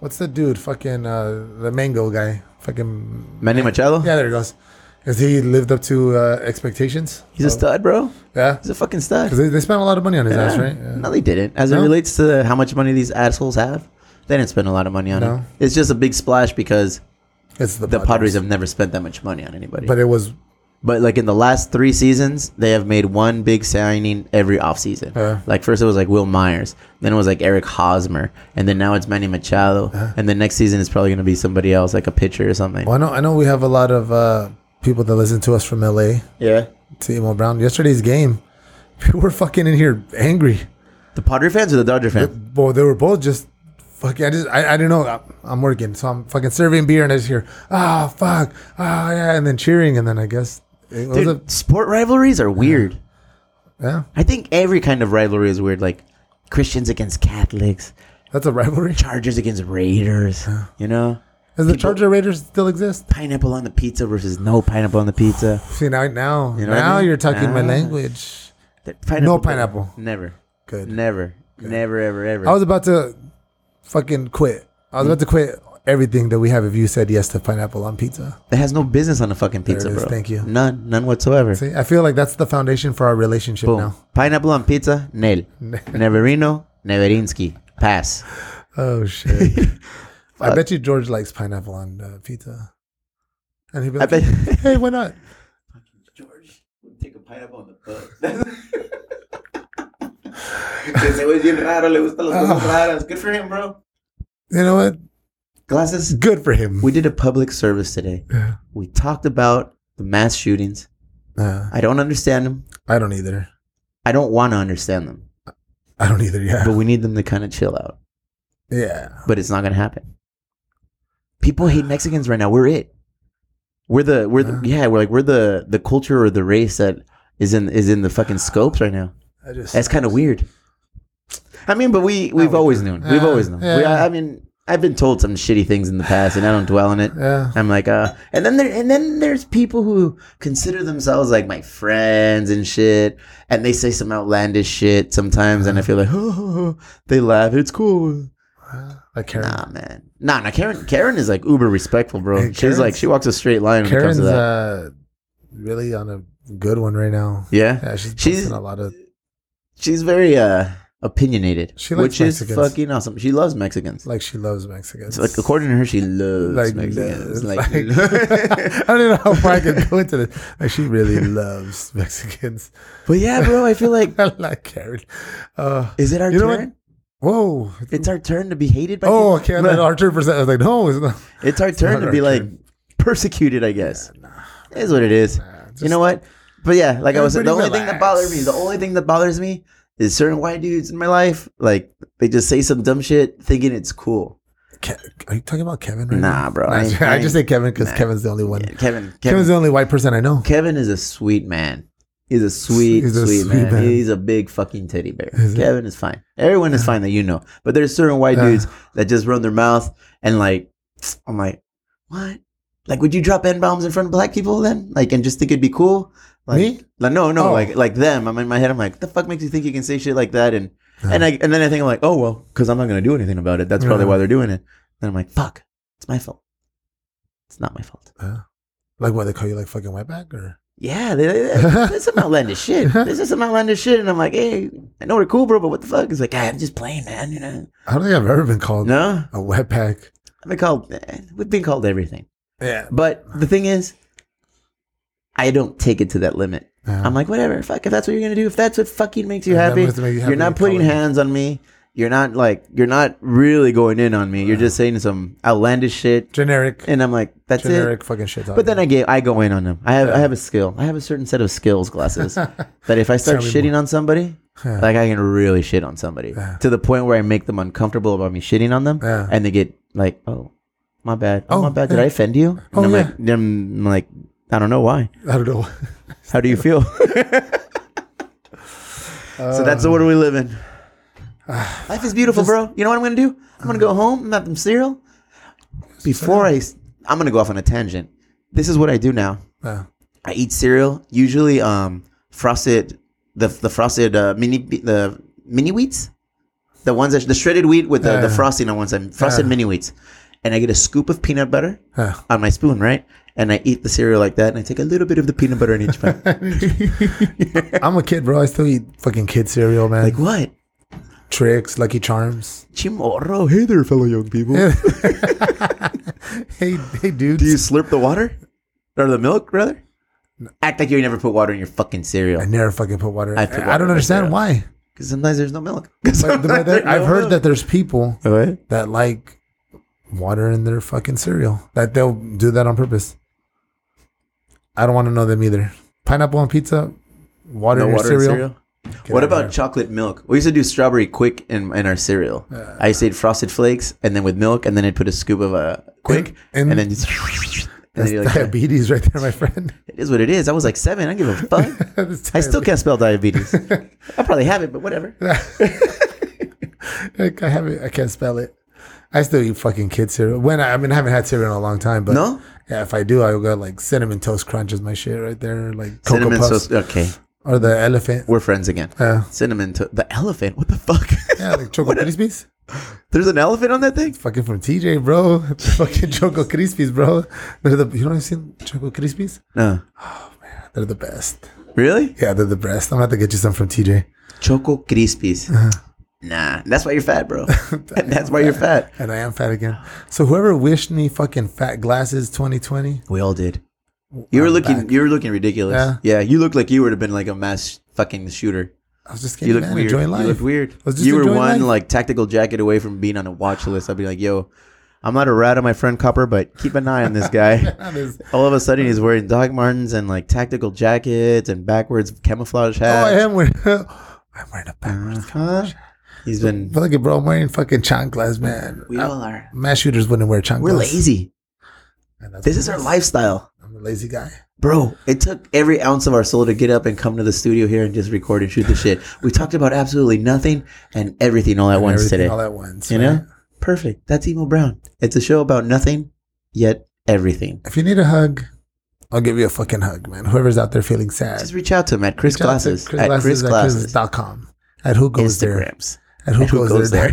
A: what's the dude? Fucking uh, the mango guy. Fucking
B: Manny Machado?
A: yeah. There he goes. Is he lived up to uh, expectations?
B: He's a stud, bro.
A: Yeah.
B: He's a fucking stud.
A: Because they, they spent a lot of money on his ass,
B: Yeah.
A: right? Yeah.
B: No, they didn't. As it
A: No?
B: relates to how much money these assholes have, they didn't spend a lot of money on it.
A: No.
B: It's just a big splash because
A: It's the,
B: the Padres.
A: Padres.
B: have never spent that much money on anybody. But,
A: But it was
B: like in the last three seasons, they have made one big signing every offseason.
A: Yeah.
B: Like first it was like Will Myers, then it was like Eric Hosmer, and then now it's Manny Machado, and the next season is probably going to be somebody else, like a pitcher or something.
A: Well, I know, I know we have a lot of uh, people that listen to us from LA
B: Yeah.
A: to Emo Brown. Yesterday's game, people were fucking in here angry.
B: The Padre fans or the Dodger fans?
A: Well, they were both just fucking. I just, I, I don't know. I'm- I'm working, so I'm fucking serving beer and I just hear, ah, fuck, ah, yeah, and then cheering. And then I guess it was
B: Dude, sport rivalries are weird.
A: a, yeah,
B: I think every kind of rivalry is weird, like Christians against Catholics,
A: that's a rivalry.
B: Chargers against Raiders, you know?
A: Does the
B: people-
A: Charger Raiders still exist?
B: Pineapple on the pizza versus no pineapple on the pizza.
A: See, now, now,
B: You know what I
A: now
B: mean?
A: you're talking my
B: Ah.
A: language.
B: That pineapple-
A: No pineapple.
B: Never.
A: Good.
B: Never. Never, ever, ever.
A: I was about to fucking quit. I was about to quit everything that we have if you said yes to pineapple on pizza.
B: it has no business on a fucking
A: it
B: pizza,
A: is.
B: bro.
A: Thank you.
B: None. None whatsoever.
A: See, I feel like that's the foundation for our relationship
B: Boom.
A: now.
B: Pineapple on pizza, nail. Neverino, Neverinsky. Pass.
A: Oh shit! I
B: Fuck.
A: bet you George likes pineapple on uh, pizza, and he'd be
B: I
A: like,
B: bet.
A: "Hey, why not?"
B: George would take a pineapple on the butt. Ese güey es bien raro, le gustan las cosas raras. Good for him, bro.
A: You know what?
B: Glasses.
A: Good for him.
B: We did a public service today.
A: Yeah.
B: We talked about the mass shootings.
A: Uh,
B: I don't understand them.
A: I don't either.
B: I don't want to understand them,
A: I don't either.
B: but
A: Yeah,
B: we need them to kind of chill out.
A: yeah.
B: But it's not going to happen. People hate Mexicans right now. We're it. We're the we're the, yeah we're like we're the the culture or the race that is in is in the fucking scopes right now.
A: I just
B: That's kind of weird. I mean, but we we've
A: we
B: always
A: don't.
B: known. We've
A: Yeah,
B: always known. We,
A: yeah.
B: I, I mean, I've been told some shitty things in the past, and I don't dwell on it.
A: yeah.
B: I'm like, uh, and then there, and then there's people who consider themselves like my friends and shit, and they say some outlandish shit sometimes, and I feel like, they laugh. It's cool.
A: Like Karen.
B: Nah, man. Nah, nah. Karen, Karen is like uber respectful, bro.
A: Hey,
B: She's like,
A: Karen's-
B: she walks a straight line when
A: Karen's
B: it comes to that.
A: uh, really on a good one right now.
B: yeah,
A: Yeah, she's
B: She's-
A: posting a lot of.
B: she's very uh opinionated,
A: She likes
B: which is
A: Mexicans.
B: fucking awesome. She loves Mexicans.
A: Like she loves Mexicans.
B: It's like according to her, she loves
A: Like, loves,
B: Mexicans. like,
A: like- I don't know how far I can go into this. Like she really loves Mexicans.
B: but yeah, bro, I feel like
A: I like Karen. Uh,
B: is it our
A: You know what?
B: turn?
A: Whoa.
B: It's our turn to be hated by.
A: Oh,
B: people?
A: okay. And then Archer percent. I was like, no, it's not.
B: It's our
A: not
B: turn to
A: our
B: be like
A: turn.
B: persecuted, I guess. It is what it is. you
A: just-
B: know what? But yeah, like I was saying, the only
A: Everybody
B: thing that
A: relax.
B: bothers me, the only thing that bothers me is certain white dudes in my life, like they just say some dumb shit thinking it's cool.
A: Ke- are you talking about Kevin right
B: Nah,
A: now?
B: bro,
A: Nah,
B: I
A: I,
B: ain't-
A: just,
B: I
A: I just say
B: ain't-
A: Kevin because
B: nah.
A: Kevin's the only one.
B: Yeah, Kevin,
A: Kevin's
B: Kevin,
A: the only white person I know.
B: Kevin is a sweet man. He's a sweet,
A: He's a
B: sweet,
A: sweet
B: man.
A: man.
B: He's a big fucking teddy bear.
A: Is it?
B: Kevin is fine. Everyone is fine that you know. But there's certain white
A: Yeah.
B: dudes that just run their mouth and like, I'm like, what? Like, would you drop n bombs in front of black people then? Like, and just think it'd be cool? Like,
A: Me?
B: Like, no, no,
A: Oh.
B: like, like them. I'm in my head. I'm like, the fuck makes you think you can say shit like that? And and I and then I think I'm like, oh well, because I'm not gonna do anything about it. That's probably
A: Yeah.
B: why they're doing it. Then I'm like, fuck, it's my fault. It's not my fault.
A: Like what they call you like fucking wetback or
B: Yeah, they, they, they- there's some outlandish shit. There's just some outlandish shit, and I'm like, hey, I know we're cool, bro, but what the fuck? It's like, ah, I'm just playing, man. You know?
A: I don't think I've ever been called
B: No,
A: a wetback.
B: I've been called. eh, We've been called everything.
A: Yeah.
B: But the thing is, I don't take it to that limit.
A: Yeah.
B: I'm like, whatever, fuck. If that's what you're gonna do, if that's what fucking makes you
A: Uh-huh. If that
B: happy,
A: must make you
B: you
A: happy,
B: are not
A: you
B: putting
A: call it.
B: hands on me. You're not like, you're not really going in on me. You're just saying some outlandish shit,
A: Generic.
B: and I'm like, that's it.
A: generic fucking shit.
B: But then I get I go in on them. I have I have a skill. I have a certain set of skills glasses that if I start
A: Tell me
B: shitting on somebody,
A: Yeah.
B: like I can really shit on somebody to the point where I make them uncomfortable about me shitting on them,
A: Yeah.
B: and they get like, oh, my bad, oh,
A: Oh,
B: my bad, did
A: yeah.
B: I offend you? And
A: Oh,
B: I'm
A: yeah.
B: like, I'm like, I don't know why.
A: I don't know.
B: How do you feel? so that's the world we live in. Life is beautiful, bro. You know what I'm gonna do? I'm gonna go
A: Mm.
B: home. I'm have some cereal. Before I, s- I'm gonna go off on a tangent. This is what I do now.
A: Yeah.
B: I eat cereal, usually um frosted the the frosted uh, mini the mini wheats, the ones that the shredded wheat with the, the
A: Yeah.
B: frosting on one side, frosted
A: Yeah.
B: mini wheats, and I get a scoop of peanut butter
A: Yeah.
B: on my spoon, right? And I eat the cereal like that, and I take a little bit of the peanut butter in each bite.
A: I'm a kid, bro. I still eat fucking kid cereal, man.
B: like what?
A: Tricks, Lucky Charms.
B: Chimorro, hey there, fellow young people.
A: Hey, hey, dude.
B: Do you slurp the water or the milk, rather? Act like you never put water in your fucking
A: I
B: cereal.
A: never fucking put water. in.
B: I put
A: I,
B: water
A: don't
B: in
A: understand
B: cereal.
A: why.
B: Because sometimes there's no milk.
A: Like, the- there- I've heard that there's people
B: that.
A: that like water in their fucking cereal. That they'll do that on purpose. I don't want to know them either. Pineapple on pizza, water
B: No
A: in your
B: water in
A: cereal.
B: cereal.
A: Get
B: what
A: out of
B: about
A: here.
B: chocolate milk? We used to do strawberry quick in, in our cereal.
A: Uh.
B: I used to eat frosted flakes and then with milk, and then I'd put a scoop of uh, quick,
A: And-
B: and,
A: and-
B: then just. and then
A: That's
B: you're like,
A: diabetes right there, my friend.
B: it is what it is. I was like seven. I don't give a fuck.
A: That's
B: I still can't spell diabetes. I probably have it, but whatever.
A: Like, I haven't. I can't spell it. I still eat fucking kid cereal. When I, I mean, I haven't had cereal in a long time, but
B: No?
A: yeah, if I do, I got like cinnamon toast crunch is my shit right there, like cocoa
B: Cinnamon
A: puffs
B: toast. Okay,
A: or the elephant.
B: we're friends again.
A: Yeah.
B: Cinnamon to the elephant. What the fuck?
A: Yeah, like choco crispies.
B: There's an elephant on that thing.
A: Fucking from TJ, bro. fucking choco crispies, bro. They're the, you know I've seen choco crispies.
B: No,
A: They're the best.
B: really?
A: Yeah, they're the best. I'm gonna have to get you some from TJ.
B: Choco Krispies.
A: Uh-huh.
B: Nah, that's why you're fat, bro. that's why you're fat.
A: And I am fat again. So whoever wished me fucking fat glasses 2020,
B: We all did. You were
A: I'm
B: looking.
A: back.
B: You were looking ridiculous.
A: Yeah.
B: Yeah. you looked like you would have been like a mass fucking shooter.
A: I was just
B: You
A: kidding,
B: looked
A: man.
B: weird.
A: Enjoying life.
B: You looked weird.
A: I was just
B: You were
A: enjoying
B: one
A: life.
B: like tactical jacket away from being on a watch list. I'd be like, yo, I'm not a rat on my friend Copper, but keep an eye on this guy.
A: This-
B: All of a sudden, he's wearing Doc Martens and like tactical jackets and backwards camouflage
A: Oh, I
B: hats.
A: am wearing. I'm wearing a
B: Mm.
A: backwards.
B: huh? He's been.
A: Look at bro, I'm wearing fucking chanclas, man.
B: We all are.
A: Mass shooters wouldn't wear chanclas.
B: We're lazy.
A: And that's
B: This
A: what
B: is
A: it
B: our lifestyle.
A: I'm a lazy guy.
B: Bro, it took every ounce of our soul to get up and come to the studio here and just record and shoot the shit. We talked about absolutely nothing and everything all at once
A: Everything
B: today.
A: all at once.
B: you
A: right?
B: know? Perfect. That's Emo Brown. It's a show about nothing, yet everything.
A: If you need a hug, I'll give you a fucking hug, man. Whoever's out there feeling sad,
B: Just reach out to him at Chris
A: reach out to
B: Glasses. At Chris
A: at
B: Glasses.
A: chrisglasses.com. At who goes there?
B: Instagrams.
A: At who,
B: At
A: goes, there?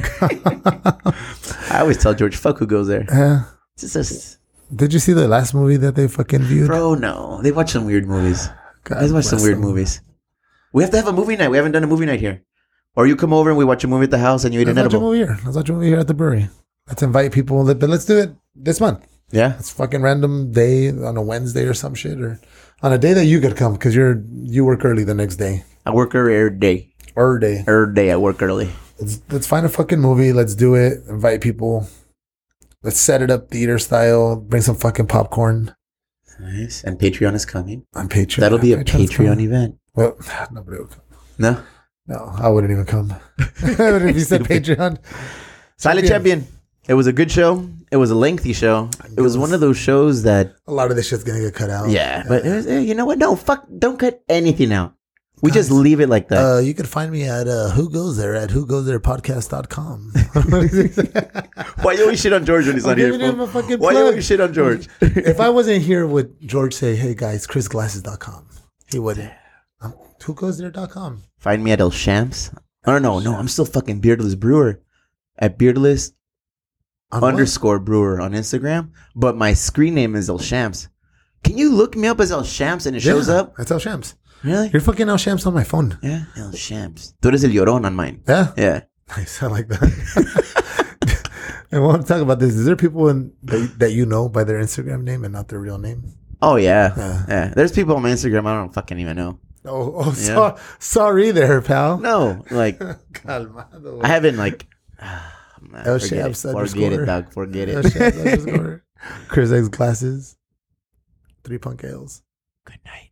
B: I always tell George, fuck who goes there.
A: Yeah.
B: It's just,
A: Did you see the last movie that they fucking viewed?
B: bro, no. They watch some weird movies.
A: God
B: Let's watch some
A: bless
B: weird
A: them.
B: movies. We have to have a movie night. We haven't done a movie night here. Or you come over and we watch a movie at the house and you eat
A: Let's
B: an
A: watch a
B: edible.
A: movie here. Let's watch a movie here at the brewery. Let's invite people. Let- But let's do it this month.
B: Yeah.
A: It's fucking random day on a Wednesday or some shit, or on a day that you could come because you're you work early the next day
B: I work early every day.
A: or day.
B: Every day I work early.
A: Let's let's find a fucking movie. Let's do it. Invite people. Let's set it up theater style. Bring some fucking popcorn
B: Nice. And Patreon is coming.
A: on Patreon.
B: That'll be a
A: Patreon's fun.
B: Patreon event.
A: Well, nobody will come.
B: No.
A: No, I wouldn't even come. but if you said Patreon,
B: Silent Champion. It was a good show. It was a lengthy show. It was one of those shows that
A: a lot of this shit's gonna get cut out.
B: yeah, but it was, eh, you know what? No, fuck, don't cut anything out. We just
A: Guys.
B: leave it like that.
A: Uh, you can find me at uh, Who Goes There at Who Goes There Podcast.com.
B: Why you always shit on George when he's
A: I'm
B: not here?
A: giving him
B: fool?
A: a fucking
B: Why you
A: plug.
B: always shit on George?
A: if I wasn't here, would George say, hey guys, chrisglasses.com? He wouldn't. Um, Who Goes There.com.
B: Find me at El Shams. Oh no, no, I'm still fucking Beardless Brewer at Beardless
A: On
B: underscore Brewer on Instagram. But my screen name is El Shams. Can you look me up as El Shams and it
A: what? Yeah,
B: shows up?
A: That's El Shams.
B: Really?
A: You're fucking El Shams on my phone.
B: Yeah, El Shams. Tú eres el llorón on mine.
A: Yeah.
B: Yeah.
A: Nice. I like that. and while I'm talking about this, is there people in, that, that you know by their Instagram name and not their real name?
B: Oh yeah.
A: Yeah.
B: yeah. There's people on my Instagram I don't fucking even know.
A: Oh, oh so, sorry there, pal.
B: No, like
A: Calmado.
B: I haven't like. Nah,
A: El
B: forget it.
A: Shams
B: Forget it,
A: underscore.
B: dog. Forget
A: El
B: it.
A: Shams underscore. Chris X glasses. Three punk ales.
B: Good night.